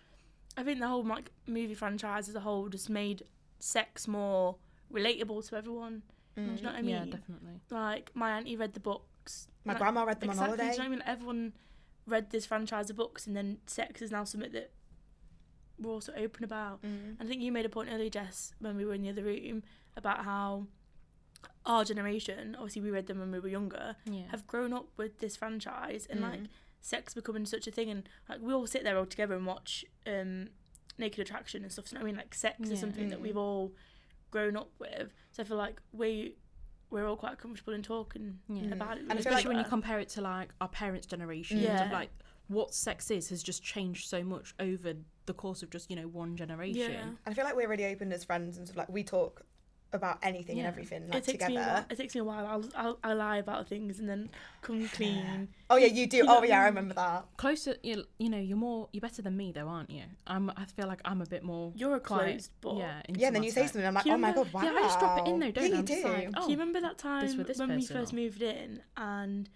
Speaker 2: I think the whole like movie franchise as a whole just made sex more relatable to everyone. Do you know what I mean?
Speaker 3: yeah, definitely.
Speaker 2: Like my auntie read the books.
Speaker 1: Mm, my
Speaker 2: Like,
Speaker 1: grandma read them
Speaker 2: exactly,
Speaker 1: on holiday.
Speaker 2: Do you know what I mean? Everyone read this franchise of books and then sex is now something that we're also open about.
Speaker 1: Mm.
Speaker 2: And I think you made a point earlier, Jess, when we were in the other room about how our generation, obviously we read them when we were younger,
Speaker 3: Yeah, Mm.
Speaker 2: have grown up with this franchise and like sex becoming such a thing and like we all sit there all together and watch um naked attraction and stuff so i mean like sex
Speaker 3: Yeah. Mm.
Speaker 2: is something that
Speaker 1: Mhm.
Speaker 2: we've all grown up with so i feel like we we're all quite comfortable in talking
Speaker 3: Yeah. Mm.
Speaker 2: about it
Speaker 1: And I
Speaker 2: with
Speaker 1: feel
Speaker 3: especially
Speaker 1: like-
Speaker 2: each
Speaker 3: when you
Speaker 2: other.
Speaker 3: compare it to like our parents' generations of
Speaker 2: Yeah.
Speaker 3: like what sex is has just changed so much over the course of just you know one generation.
Speaker 2: yeah
Speaker 1: And I feel like we're really open as friends and stuff. Like we talk about anything and
Speaker 3: Yeah.
Speaker 1: everything like
Speaker 2: it takes
Speaker 1: together.
Speaker 2: me a while, it takes me a while I'll, I'll, I'll lie about things and then come clean
Speaker 1: Oh yeah, you do.
Speaker 2: You know
Speaker 1: oh
Speaker 2: what I
Speaker 1: yeah, I
Speaker 2: mean?
Speaker 1: remember that.
Speaker 3: Closer, you, you know, you're more, you're better than me though, aren't you? I'm, I feel like I'm a bit more.
Speaker 2: you're a
Speaker 3: quiet.
Speaker 2: closed book
Speaker 3: Yeah. into
Speaker 1: Yeah, and then
Speaker 3: my
Speaker 1: you say
Speaker 3: sex.
Speaker 1: something, I'm like,
Speaker 2: you
Speaker 1: oh my god,
Speaker 2: remember-
Speaker 1: wow.
Speaker 3: Yeah, I just drop it in though, don't
Speaker 1: yeah,
Speaker 3: I?
Speaker 1: you
Speaker 3: I'm just
Speaker 1: do.
Speaker 3: like,
Speaker 2: Do you
Speaker 3: oh.
Speaker 2: remember that
Speaker 3: this
Speaker 2: time
Speaker 3: with this
Speaker 2: when we
Speaker 3: person
Speaker 2: first
Speaker 3: or-
Speaker 2: moved in and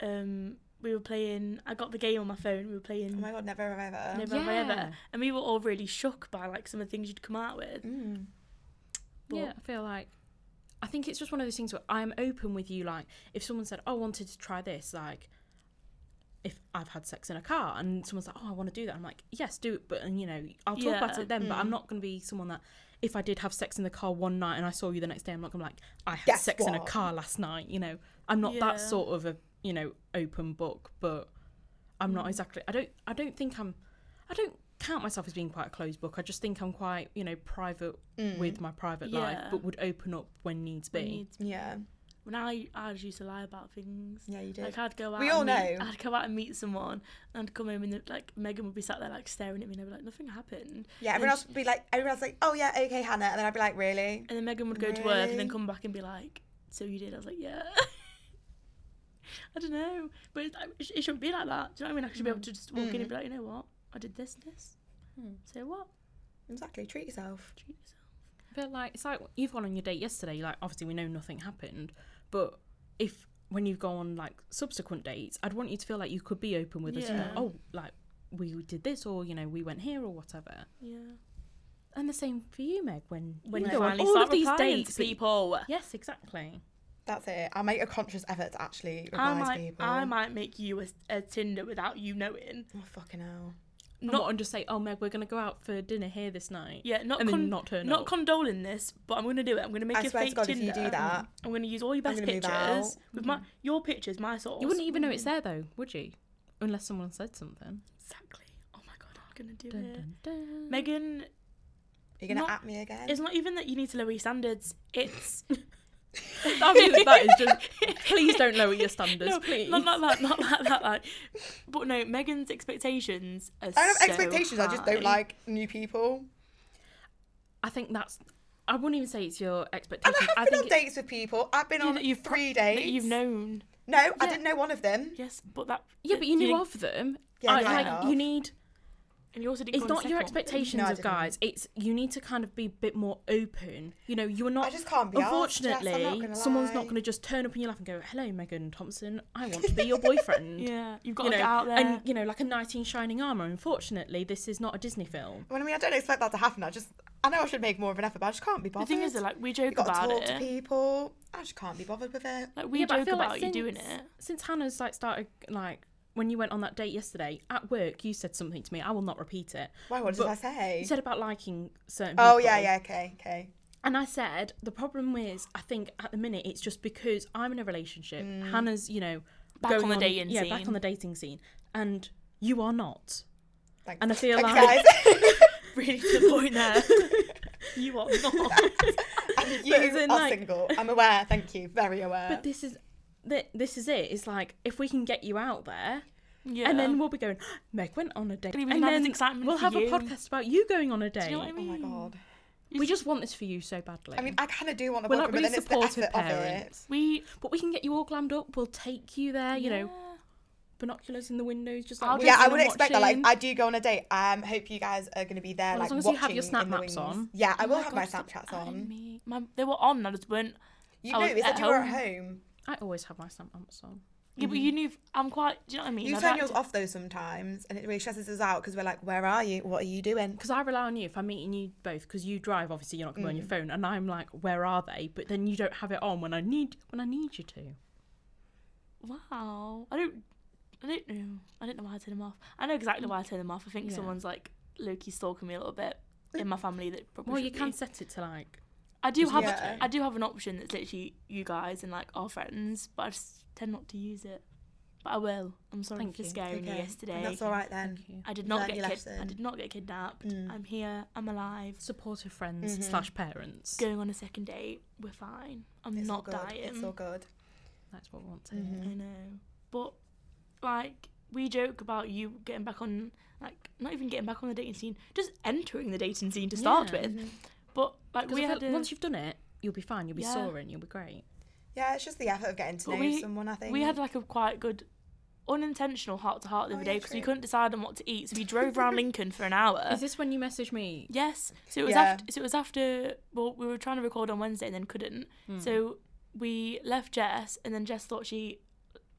Speaker 2: um, we were playing? I got the game on my phone. We were playing
Speaker 1: Oh my god, never have I ever.
Speaker 2: Never Have I Ever, and we were all really shook by like some of the things you'd come out with.
Speaker 1: Mm.
Speaker 2: But
Speaker 3: Yeah, I feel like I think it's just one of those things where I'm open with you. Like, if someone said, "Oh, I wanted to try this," like, if I've had sex in a car and someone's like, "Oh, I want to do that," I'm like, "Yes, do it." But and you know, I'll talk about
Speaker 2: Yeah. mm.
Speaker 3: it then. But I'm not going to be someone that if I did have sex in the car one night and I saw you the next day, I'm not going to be like, "I had
Speaker 1: Guess
Speaker 3: sex in a
Speaker 1: what?"
Speaker 3: car last night." You know, I'm not
Speaker 2: Yeah.
Speaker 3: that sort of a you know open book, but I'm
Speaker 2: Mm.
Speaker 3: not exactly. I don't. I don't think I'm. I don't count myself as being quite a closed book. I just think I'm quite, you know, private
Speaker 1: Mm.
Speaker 3: with my private life,
Speaker 2: Yeah.
Speaker 3: but would open up Mm. when needs be.
Speaker 2: when you'd-
Speaker 1: Yeah,
Speaker 2: When I I just used to lie about things.
Speaker 1: yeah, you do.
Speaker 2: Like I'd go out.
Speaker 1: We all
Speaker 2: and meet-
Speaker 1: know.
Speaker 2: I'd go out and meet someone, and I'd come home and like Megan would be sat there like staring at me, and I'd be like, nothing happened.
Speaker 1: yeah, everyone else would be like, everyone else like, oh yeah, okay, Hannah, and then I'd be like, really?
Speaker 2: And then Megan would go to work and
Speaker 1: Really?
Speaker 2: then come back and be like, "So you did?" I was like, "Yeah." I don't know, but it, it sh- it shouldn't be like that. Do you know what I mean? I should be able to just walk in and be like, "You know what? I did this and this." So what?
Speaker 1: Exactly. Treat yourself.
Speaker 2: Treat yourself.
Speaker 3: But like, it's like you've gone on your date yesterday. Like, obviously, we know nothing happened, but if when you go on like subsequent dates, I'd want you to feel like you could be open with us. and be like,
Speaker 2: Yeah.
Speaker 3: oh, like we did this, or you know, we went here, or whatever.
Speaker 2: Yeah.
Speaker 3: And the same for you, Meg. When
Speaker 2: When
Speaker 3: when you
Speaker 2: I
Speaker 3: go on
Speaker 2: finally
Speaker 3: all
Speaker 2: start
Speaker 3: of these
Speaker 2: replying to
Speaker 3: dates, that you-
Speaker 2: people.
Speaker 3: Yes, exactly.
Speaker 1: That's it. I make a conscious effort to actually reply
Speaker 2: I might,
Speaker 1: to people.
Speaker 2: I might make you a, a Tinder without you knowing.
Speaker 1: Oh fucking hell.
Speaker 3: Not,
Speaker 2: Not-
Speaker 3: and just say, oh, Meg, we're gonna go out for dinner here this night.
Speaker 2: Yeah, not
Speaker 3: and then
Speaker 2: con-
Speaker 3: not turn
Speaker 2: not
Speaker 3: up.
Speaker 2: condoling this, but I'm gonna do it. I'm gonna make
Speaker 1: I
Speaker 2: a
Speaker 1: swear to
Speaker 2: fake
Speaker 1: God, if
Speaker 2: Tinder.
Speaker 1: you do that,
Speaker 2: I'm gonna use all your
Speaker 1: I'm
Speaker 2: best
Speaker 1: gonna move
Speaker 2: pictures
Speaker 1: out.
Speaker 2: with my your pictures, my source.
Speaker 3: you wouldn't even know it's there though, would you? Unless someone said something.
Speaker 2: exactly. Oh my god, I'm gonna do
Speaker 3: Dun,
Speaker 2: it.
Speaker 3: dun, dun.
Speaker 2: Megan,
Speaker 1: you're gonna
Speaker 2: Not-
Speaker 1: at me again.
Speaker 2: it's not even that you need to lower your standards. It's
Speaker 3: I mean, that is just. Please don't lower your standards,
Speaker 2: no,
Speaker 3: please.
Speaker 2: not not like not like that. Like, but no, Megan's expectations are.
Speaker 1: I don't have
Speaker 2: so
Speaker 1: expectations. I just don't
Speaker 2: high.
Speaker 1: like new people.
Speaker 3: I think that's. I wouldn't even say it's your
Speaker 1: And I
Speaker 3: expectations.
Speaker 1: have been on
Speaker 3: think
Speaker 1: dates with people. I've been
Speaker 2: Yeah,
Speaker 1: on
Speaker 2: that you've pro-
Speaker 1: three days.
Speaker 2: that you've known.
Speaker 1: No, I didn't know one of them.
Speaker 2: Yes, but that
Speaker 3: yeah, but you knew
Speaker 2: didn't-
Speaker 3: of them.
Speaker 1: Yeah,
Speaker 3: I-
Speaker 1: yeah, I
Speaker 3: Oh, like
Speaker 1: have.
Speaker 3: you need.
Speaker 2: And you also didn't
Speaker 3: It's
Speaker 2: go on
Speaker 3: not
Speaker 2: the
Speaker 3: your
Speaker 2: second one.
Speaker 3: expectations
Speaker 1: No, I
Speaker 3: of
Speaker 1: didn't.
Speaker 3: guys. It's you need to kind of be a bit more open. You know, you're
Speaker 1: I
Speaker 3: not.
Speaker 1: just can't be arsed, Jess, I'm not
Speaker 3: Unfortunately,
Speaker 1: gonna
Speaker 3: someone's not
Speaker 1: lie.
Speaker 3: going to just turn up in your lap and go, "Hello, Megan Thompson, I want to be your boyfriend."
Speaker 2: Yeah, you've got
Speaker 3: You
Speaker 2: to
Speaker 3: know,
Speaker 2: get out there.
Speaker 3: and you know, like a knight in shining armor. Unfortunately, this is not a Disney film.
Speaker 1: Well, I mean, I don't expect that to happen. I just, I know I should make more of an effort, but I just can't be
Speaker 2: the
Speaker 1: bothered.
Speaker 2: thing is, that, like we joke
Speaker 1: you got to
Speaker 2: about
Speaker 1: talk
Speaker 2: it.
Speaker 1: to people. I just can't be bothered with it.
Speaker 2: Like we
Speaker 3: Yeah, but I
Speaker 2: joke
Speaker 3: feel
Speaker 2: about
Speaker 3: like
Speaker 2: you doing
Speaker 3: since-
Speaker 2: it.
Speaker 3: Since Hannah's like started like when you went on that date yesterday at work, you said something to me. I will not repeat it.
Speaker 1: Why? What did
Speaker 3: But
Speaker 1: I say?
Speaker 3: You said about liking certain.
Speaker 1: oh yeah,
Speaker 3: people.
Speaker 1: yeah, okay, okay.
Speaker 3: And I said the problem is, I think at the minute it's just because I'm in a relationship.
Speaker 1: Mm.
Speaker 3: Hannah's, you know,
Speaker 2: Back on
Speaker 3: going
Speaker 2: the dating
Speaker 3: yeah,
Speaker 2: scene.
Speaker 3: back on the dating scene, and you are not.
Speaker 1: Thanks.
Speaker 3: And I feel
Speaker 1: Thanks,
Speaker 3: like
Speaker 1: guys.
Speaker 2: Really good point there. you are not.
Speaker 1: And you
Speaker 3: But as
Speaker 1: are
Speaker 3: in, like-
Speaker 1: single. I'm aware. Thank you. Very aware.
Speaker 3: But this is th- this is it. It's like if we can get you out there,
Speaker 2: Yeah.
Speaker 3: and then we'll be going. Meg went on a date,
Speaker 2: And we can
Speaker 3: and,
Speaker 2: have this
Speaker 3: then
Speaker 2: excitement
Speaker 3: we'll
Speaker 2: for
Speaker 3: have
Speaker 2: you.
Speaker 3: a podcast about you going on a date.
Speaker 2: Do you know what I
Speaker 1: oh my
Speaker 2: mean?
Speaker 1: god.
Speaker 3: We just want this for you so badly.
Speaker 1: I mean, I kind of do want to
Speaker 3: we're
Speaker 1: book
Speaker 3: not
Speaker 1: them, but
Speaker 3: really
Speaker 1: then it's the
Speaker 3: supportive
Speaker 1: effort
Speaker 3: parents,
Speaker 2: We,
Speaker 3: but we can get you all glammed up. We'll take you there. You know,
Speaker 2: Yeah.
Speaker 3: binoculars in the windows, just
Speaker 2: I'll
Speaker 3: like
Speaker 1: of it. Yeah,
Speaker 2: Just
Speaker 1: I
Speaker 2: when
Speaker 1: would
Speaker 2: I'm
Speaker 1: expect that. Like,
Speaker 3: watching.
Speaker 1: I do go on a date. Um, hope you guys are going to be there.
Speaker 3: Well,
Speaker 1: like,
Speaker 3: as long as you have your
Speaker 1: watching
Speaker 3: Snap
Speaker 1: in the wings.
Speaker 3: Maps on.
Speaker 1: Yeah, I
Speaker 2: Oh
Speaker 1: will
Speaker 2: my
Speaker 1: have
Speaker 2: God,
Speaker 1: my
Speaker 2: stop
Speaker 1: Snapchats
Speaker 2: adding
Speaker 1: on.
Speaker 2: me. My, they were on. I just weren't.
Speaker 1: You
Speaker 2: I
Speaker 1: know,
Speaker 2: was
Speaker 1: is that
Speaker 2: at
Speaker 1: you were at home?
Speaker 3: I always have my stamp amps on.
Speaker 2: Yeah, but you knew. I'm quite. Do you know what I mean?
Speaker 1: You
Speaker 2: I've
Speaker 1: turn
Speaker 2: had-
Speaker 1: yours off though sometimes, and it really stresses us out because we're like, "Where are you? What are you doing?"
Speaker 3: Because I rely on you if I'm meeting you both. Because you drive, obviously you're not going to be on your phone, and I'm like, where are they? But then you don't have it on when I need when I need you to.
Speaker 2: Wow. I don't. I don't know. I don't know why I turned them off. I know exactly why I turned them off. I think
Speaker 3: Yeah.
Speaker 2: someone's like Loki stalking me a little bit in my family. That probably
Speaker 3: Well, you
Speaker 2: shouldn't
Speaker 3: can
Speaker 2: be.
Speaker 3: set it to like.
Speaker 2: I do have.
Speaker 1: Yeah.
Speaker 2: I do have an option that's literally you guys and like our friends, but I just tend not to use it. But I will. I'm sorry
Speaker 3: Thank
Speaker 2: for
Speaker 3: you.
Speaker 2: scaring you
Speaker 1: Okay,
Speaker 2: yesterday.
Speaker 1: That's all right then.
Speaker 3: Thank you.
Speaker 2: I did
Speaker 1: Learn
Speaker 2: not get
Speaker 1: your
Speaker 2: kid- I
Speaker 1: lesson. Mm.
Speaker 2: did not get kidnapped. I'm here. I'm alive.
Speaker 3: Supportive friends slash parents.
Speaker 2: Going on a second date. We're fine. I'm
Speaker 1: It's all
Speaker 2: not
Speaker 1: good.
Speaker 2: dying.
Speaker 1: It's all good.
Speaker 3: That's what we want to.
Speaker 2: I know. But like we joke about you getting back on like not even getting back on the dating scene, just entering the dating scene to start
Speaker 3: Yeah.
Speaker 1: Mm-hmm.
Speaker 2: with. But like
Speaker 3: Because
Speaker 2: we
Speaker 3: I
Speaker 2: had
Speaker 3: feel-
Speaker 2: a,
Speaker 3: once you've done it, you'll be fine. You'll be
Speaker 2: Yeah.
Speaker 3: soaring. You'll be great.
Speaker 1: Yeah, it's just the effort of getting to
Speaker 2: But
Speaker 1: know
Speaker 2: we-
Speaker 1: someone. I think
Speaker 2: we had like a quite good unintentional heart to heart the
Speaker 1: Oh,
Speaker 2: other
Speaker 1: yeah,
Speaker 2: day because we
Speaker 1: true.
Speaker 2: couldn't decide on what to eat, so we drove around Lincoln for an hour.
Speaker 3: Is this when you message me?
Speaker 2: Yes. So it was
Speaker 1: Yeah.
Speaker 2: after. So it was after. Well, we were trying to record on Wednesday and then couldn't.
Speaker 3: Hmm.
Speaker 2: So we left Jess, and then Jess thought she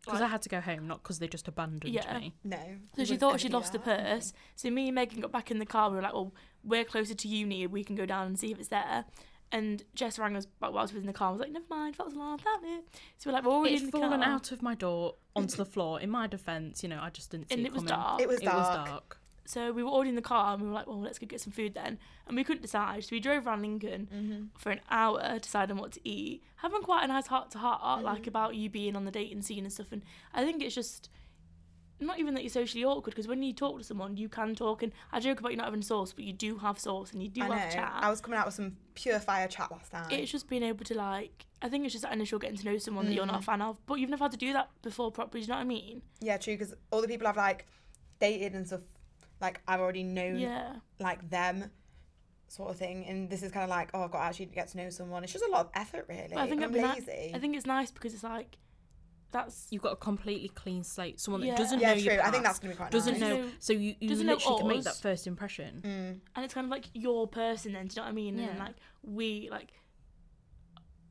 Speaker 3: Because I
Speaker 2: like-
Speaker 3: had to go home, not because they just abandoned
Speaker 2: Yeah.
Speaker 3: me.
Speaker 1: no.
Speaker 2: So
Speaker 1: we
Speaker 2: she
Speaker 1: wouldn't ever
Speaker 2: thought she'd
Speaker 1: do
Speaker 2: lost her
Speaker 1: that.
Speaker 2: purse. Mm-hmm. So me and Megan got back in the car. We were like, well, we're closer to uni. We can go down and see if it's there. And Jess rang us back whilst we was in the car. I was like, never mind, false alarm, found it. So we're like, we're already
Speaker 3: It's
Speaker 2: in the
Speaker 3: fallen
Speaker 2: car.
Speaker 3: out of my door onto the floor. In my defence, you know, I just didn't see
Speaker 2: And
Speaker 3: it,
Speaker 2: it was
Speaker 3: coming.
Speaker 2: dark.
Speaker 1: It was
Speaker 3: It was
Speaker 1: dark.
Speaker 3: dark.
Speaker 2: So we were already in the car and we were like, well, let's go get some food then. And we couldn't decide. So we drove around Lincoln
Speaker 1: Mm-hmm.
Speaker 2: for an hour deciding what to eat, having quite a nice heart to
Speaker 1: Mm.
Speaker 2: heart, like about you being on the dating scene and stuff. And I think it's just not even that you're socially awkward because when you talk to someone, you can talk. And I joke about you not having sauce, but you do have sauce and you do
Speaker 1: I know.
Speaker 2: have chat.
Speaker 1: I was coming out with some pure fire chat last night.
Speaker 2: it's just being able to like I think it's just that initial getting to know someone that you're
Speaker 1: Mm.
Speaker 2: not a fan of, but you've never had to do that before properly. Do you know what I mean?
Speaker 1: Yeah, true. Because all the people I've like dated and stuff, like I've already known
Speaker 2: Yeah,
Speaker 1: like them, sort of thing. And this is kind of like, oh, I've got to actually get to know someone. It's just a lot of effort, really.
Speaker 2: but I think
Speaker 1: I'm
Speaker 2: it'd be ni-
Speaker 1: lazy.
Speaker 2: I think it's nice because it's like that's
Speaker 3: You've got a completely clean slate. Someone that
Speaker 2: Yeah.
Speaker 3: doesn't
Speaker 1: yeah,
Speaker 3: know
Speaker 1: true.
Speaker 3: your past.
Speaker 1: I think that's gonna be quite
Speaker 3: doesn't
Speaker 1: nice.
Speaker 2: Doesn't
Speaker 3: know.
Speaker 2: know-
Speaker 3: So you, you
Speaker 2: doesn't know
Speaker 3: literally can make that
Speaker 2: us.
Speaker 3: first impression.
Speaker 1: Mm.
Speaker 2: and it's kind of like your person then. Do you know what I mean? And
Speaker 3: Yeah.
Speaker 2: like we like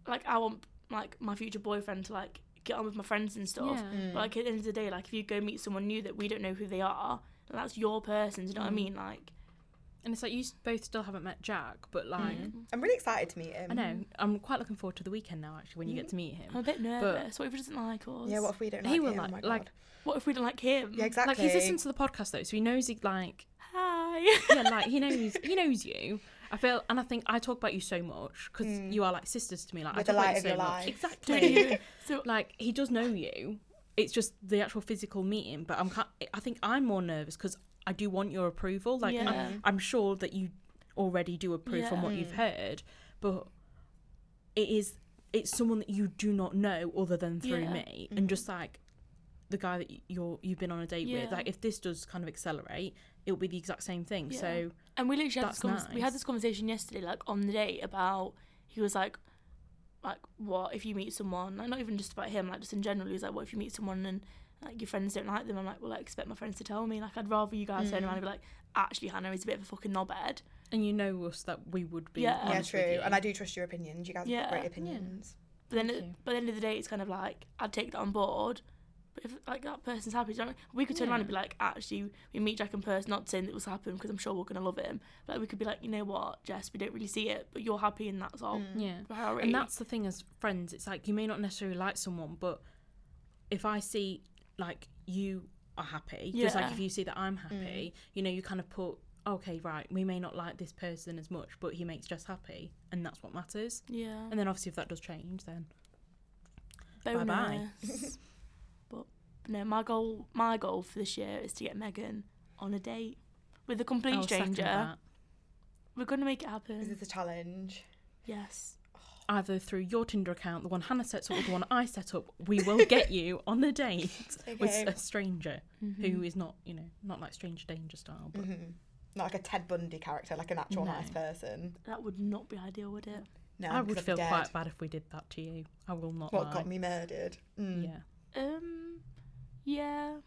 Speaker 2: like I want like my future boyfriend to like get on with my friends and stuff.
Speaker 3: Yeah.
Speaker 2: But like at the end of the day, like if you go meet someone new that we don't know who they are, and that's your person. Do you know what
Speaker 3: Mm.
Speaker 2: I mean? Like
Speaker 3: And it's like you s- both still haven't met Jack, but like
Speaker 2: Mm-hmm.
Speaker 1: I'm really excited to meet him.
Speaker 3: I know I'm quite looking forward to the weekend now. Actually, when you get to meet him,
Speaker 2: I'm
Speaker 1: Mm-hmm.
Speaker 2: a bit nervous. what if he doesn't like us?
Speaker 1: Yeah, what if we don't like
Speaker 3: he will
Speaker 1: him? Oh
Speaker 3: like
Speaker 1: my
Speaker 3: like
Speaker 1: God.
Speaker 2: What if we don't like him?
Speaker 1: yeah, exactly.
Speaker 3: like he's listened to the podcast though, so he knows he like
Speaker 2: Hi.
Speaker 3: yeah, like he knows he knows you. I feel and I think I talk about you so much because you are like sisters to me. Like
Speaker 1: Mm.
Speaker 3: I
Speaker 1: With the
Speaker 3: talk about
Speaker 1: light
Speaker 3: you
Speaker 1: of
Speaker 3: so
Speaker 1: your
Speaker 3: much.
Speaker 1: life.
Speaker 3: exactly.
Speaker 2: so
Speaker 3: like he does know you. It's just the actual physical meeting, but I'm ki- I think I'm more nervous because I do want your approval. Like
Speaker 2: Yeah.
Speaker 3: I'm, I'm sure that you already do approve from what
Speaker 1: Yeah.
Speaker 3: you've heard, but it is it's someone that you do not know other than through
Speaker 2: Yeah. Mm-hmm.
Speaker 3: me, and just like the guy that y- you're you've been on a date
Speaker 2: Yeah.
Speaker 3: with. Like if this does kind of accelerate, it'll be the exact same thing.
Speaker 2: Yeah.
Speaker 3: So
Speaker 2: and we literally had this
Speaker 3: That's
Speaker 2: convers- we had
Speaker 3: nice.
Speaker 2: this conversation yesterday, like on the day about he was like, like what if you meet someone? Like not even just about him, like just in general. He was like, what
Speaker 3: Mm.
Speaker 2: if you meet someone and like your friends don't like them? I'm like, well, I expect my friends to tell me. Like I'd rather you guys turn around and be like, actually Hannah is a bit of a fucking knobhead.
Speaker 3: And you know us that we would be.
Speaker 2: Yeah.
Speaker 1: yeah,
Speaker 3: honest
Speaker 1: true.
Speaker 3: with you.
Speaker 1: And I do trust your opinions. You guys have
Speaker 2: Yeah.
Speaker 1: got
Speaker 2: Yeah.
Speaker 1: great opinions.
Speaker 2: But then,
Speaker 3: Thank
Speaker 2: at,
Speaker 3: you.
Speaker 2: but at the end of the day, it's kind of like I'd take that on board. But if like that person's happy, do you know what I mean? we could turn around and
Speaker 3: Yeah.
Speaker 2: be like, actually, we meet Jack in person. Not saying that was happening because I'm sure we're gonna love him. But like, we could be like, you know what, Jess, we don't really see it, but you're happy and that's all.
Speaker 1: Mm.
Speaker 3: Yeah.
Speaker 2: Priority.
Speaker 3: And that's the thing as friends, it's like you may not necessarily like someone, but if I see like you are happy, just like
Speaker 2: Yeah.
Speaker 3: if you see that I'm
Speaker 1: Mm.
Speaker 3: happy, you know, you kind of put, okay, right, we may not like this person as much, but he makes Jess happy, and that's what matters.
Speaker 2: yeah.
Speaker 3: And then obviously, if that does change, then
Speaker 2: Bonus.
Speaker 3: bye-bye.
Speaker 2: but no, my goal, my goal for this year is to get Megan on a date with a complete
Speaker 3: I'll second
Speaker 2: stranger.
Speaker 3: that.
Speaker 2: We're gonna make it
Speaker 1: This
Speaker 2: happen.
Speaker 1: is a challenge.
Speaker 2: Yes.
Speaker 3: Either through your Tinder account, the one Hannah sets up, or the one I set up, we will get you on a date
Speaker 1: Okay. Mm.
Speaker 3: with a stranger who
Speaker 2: Mhm.
Speaker 3: is not, you know, not like Stranger Danger style, but
Speaker 1: Mhm. Not like a Ted Bundy character, like an actual
Speaker 3: No.
Speaker 1: nice person.
Speaker 2: That would not be ideal, would it?
Speaker 1: No,
Speaker 3: I
Speaker 1: 'cause
Speaker 3: would
Speaker 1: I'd be
Speaker 3: feel
Speaker 1: dead.
Speaker 3: quite bad if we did that to you. I will not
Speaker 1: What
Speaker 3: lie.
Speaker 1: got me murdered? Mm.
Speaker 3: Yeah.
Speaker 2: Um, yeah,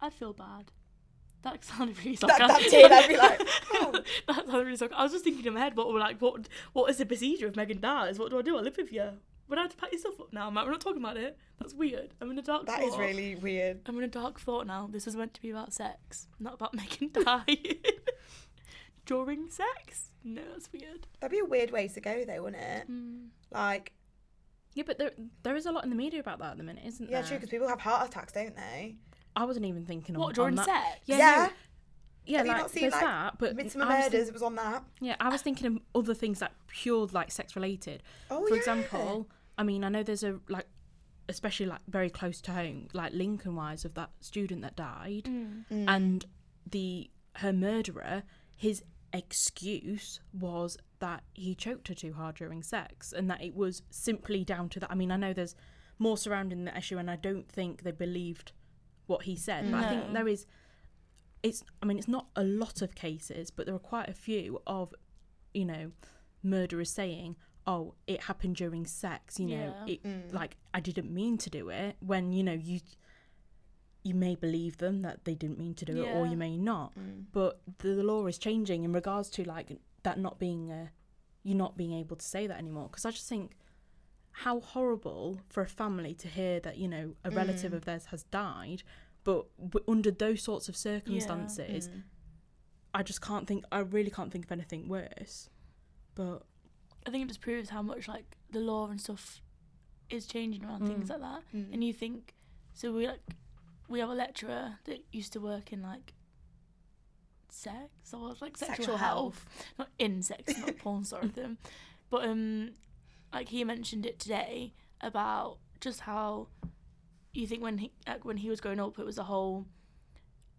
Speaker 2: I'd feel bad. That sounded really
Speaker 1: That, that
Speaker 2: sarcastic.
Speaker 1: did. I'd be like, oh.
Speaker 2: that sounded really sarcastic. I was just thinking in my head, what like, what what is the procedure if Megan dies? What do I do? I live with you. Would I have to pack yourself up now, Matt? We're not talking about it. That's weird. I'm in a dark.
Speaker 1: that
Speaker 2: thought.
Speaker 1: is really weird.
Speaker 2: I'm in a dark thought now. This was meant to be about sex, not about Megan dying during sex. No, that's weird.
Speaker 1: That'd be a weird way to go, though, wouldn't it?
Speaker 2: Mm.
Speaker 1: Like,
Speaker 3: Yeah, but there there is a lot in the media about that at the minute, isn't
Speaker 1: yeah,
Speaker 3: there?
Speaker 1: true, because people have heart attacks, don't they?
Speaker 3: I wasn't even thinking on
Speaker 2: What during
Speaker 3: on that.
Speaker 2: sex?
Speaker 3: Yeah,
Speaker 1: Yeah.
Speaker 3: no. yeah,
Speaker 1: Have you
Speaker 3: like
Speaker 1: not seen,
Speaker 3: there's
Speaker 1: like,
Speaker 3: that, but
Speaker 1: Midsummer
Speaker 3: I was
Speaker 1: Murders
Speaker 3: think-
Speaker 1: was on that.
Speaker 3: yeah, I was thinking of other things like pure like sex related.
Speaker 1: Oh,
Speaker 3: For
Speaker 1: yeah.
Speaker 3: example, I mean, I know there's a like, especially like very close to home, like Lincoln wise, of that student that died,
Speaker 2: Mm.
Speaker 3: and the her murderer, his excuse was that he choked her too hard during sex, and that it was simply down to that. I mean, I know there's more surrounding the issue, and I don't think they believed what he said, but I think
Speaker 2: No.
Speaker 3: there is. It's. I mean, it's not a lot of cases, but there are quite a few of, you know, murderers saying, "Oh, it happened during sex." You know,
Speaker 2: Yeah.
Speaker 3: it
Speaker 1: Mm.
Speaker 3: like I didn't mean to do it. When you know you, you may believe them that they didn't mean to do it, or
Speaker 2: Yeah.
Speaker 3: you may not.
Speaker 1: Mm.
Speaker 3: But the, the law is changing in regards to like that not being a, you not being able to say that anymore. Because I just think how horrible for a family to hear that you know a relative of theirs has died but w- under those sorts of circumstances
Speaker 1: Mm.
Speaker 3: i just can't think i really can't think of anything worse but
Speaker 2: I think it just proves how much like the law and stuff is changing around things like that.
Speaker 1: Mm.
Speaker 2: And you think so we like we have a lecturer that used to work in like sex or like sexual,
Speaker 1: Sexual
Speaker 2: health. Not in sex, not porn sort of thing. But um like he mentioned it today about just how you think when he like when he was growing up it was a whole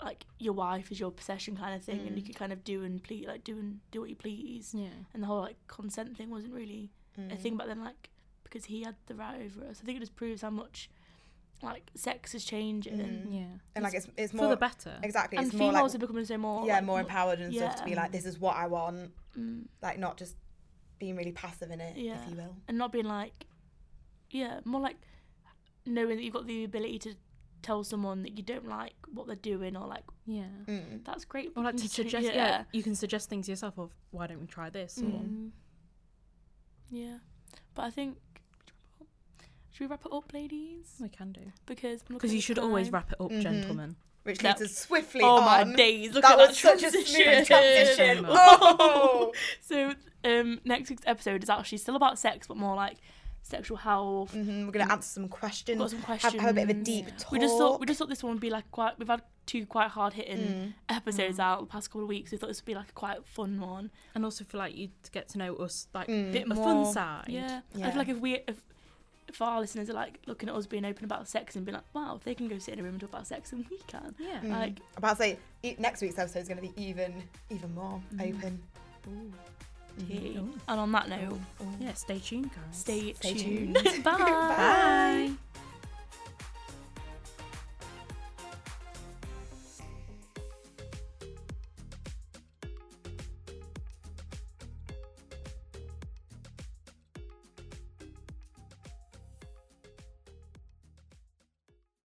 Speaker 2: like your wife is your possession kind of thing and you could kind of do and please like do and do what you please
Speaker 3: yeah
Speaker 2: and the whole like consent thing wasn't really a
Speaker 1: Mm.
Speaker 2: thing but then like because he had the right over us i think it just proves how much like sex is changing
Speaker 1: Mm.
Speaker 3: yeah
Speaker 1: And like, it's, it's
Speaker 3: for
Speaker 1: more
Speaker 3: the better
Speaker 1: exactly.
Speaker 2: and
Speaker 1: it's more like,
Speaker 2: females are becoming so more
Speaker 1: yeah,
Speaker 2: like,
Speaker 1: more
Speaker 2: mo-
Speaker 1: empowered and stuff to be
Speaker 2: yeah.
Speaker 1: like, this is what I want.
Speaker 2: mm,
Speaker 1: Like, not just being really passive in it,
Speaker 2: Yeah.
Speaker 1: if you will.
Speaker 2: and not being like yeah more like knowing that you've got the ability to tell someone that you don't like what they're doing or like
Speaker 3: yeah
Speaker 1: Mm.
Speaker 2: that's great but
Speaker 3: or like
Speaker 2: you
Speaker 3: to
Speaker 2: can say-
Speaker 3: suggest yeah. Mm-hmm. you can suggest things yourself of why don't we try this or
Speaker 2: Mm. yeah but i think should we wrap it up ladies
Speaker 3: we can do
Speaker 2: because I'm looking
Speaker 3: because
Speaker 2: at
Speaker 3: you
Speaker 2: the
Speaker 3: should always
Speaker 2: time.
Speaker 3: wrap it up
Speaker 1: Mhm.
Speaker 3: gentlemen
Speaker 1: Which
Speaker 2: That-
Speaker 1: leads us swiftly
Speaker 2: Oh
Speaker 1: on.
Speaker 2: my days! Look
Speaker 1: that
Speaker 2: at
Speaker 1: was
Speaker 2: that
Speaker 1: such a smooth transition. Oh,
Speaker 2: so um, next week's episode is actually still about sex, but more like sexual health.
Speaker 1: Mhm, we're gonna answer some questions.
Speaker 2: Mm. Got some
Speaker 1: have, have a bit of a
Speaker 2: questions.
Speaker 1: deep talk. Mm.
Speaker 2: We just thought we just thought this one would be like quite. We've had two quite hard hitting episodes out the past couple of weeks. We thought this would be like a quite fun one,
Speaker 3: and also for like you to get to know us like
Speaker 2: a
Speaker 1: Mm.
Speaker 2: bit
Speaker 3: a
Speaker 2: more
Speaker 3: fun side
Speaker 2: Yeah. I
Speaker 1: Yeah.
Speaker 2: feel like if we if if our listeners are like looking at us being open about sex and being like, wow, if they can go sit in a room and talk about sex, and we can.
Speaker 3: yeah
Speaker 1: Mm.
Speaker 2: Like,
Speaker 1: I'm about to say e- next week's episode is gonna be even even more
Speaker 2: Mm.
Speaker 1: open.
Speaker 2: tea.
Speaker 3: Ooh.
Speaker 1: Mm-hmm.
Speaker 2: And on that note,
Speaker 1: Ooh.
Speaker 3: yeah stay tuned guys
Speaker 2: stay,
Speaker 1: Stay
Speaker 2: tuned. Bye.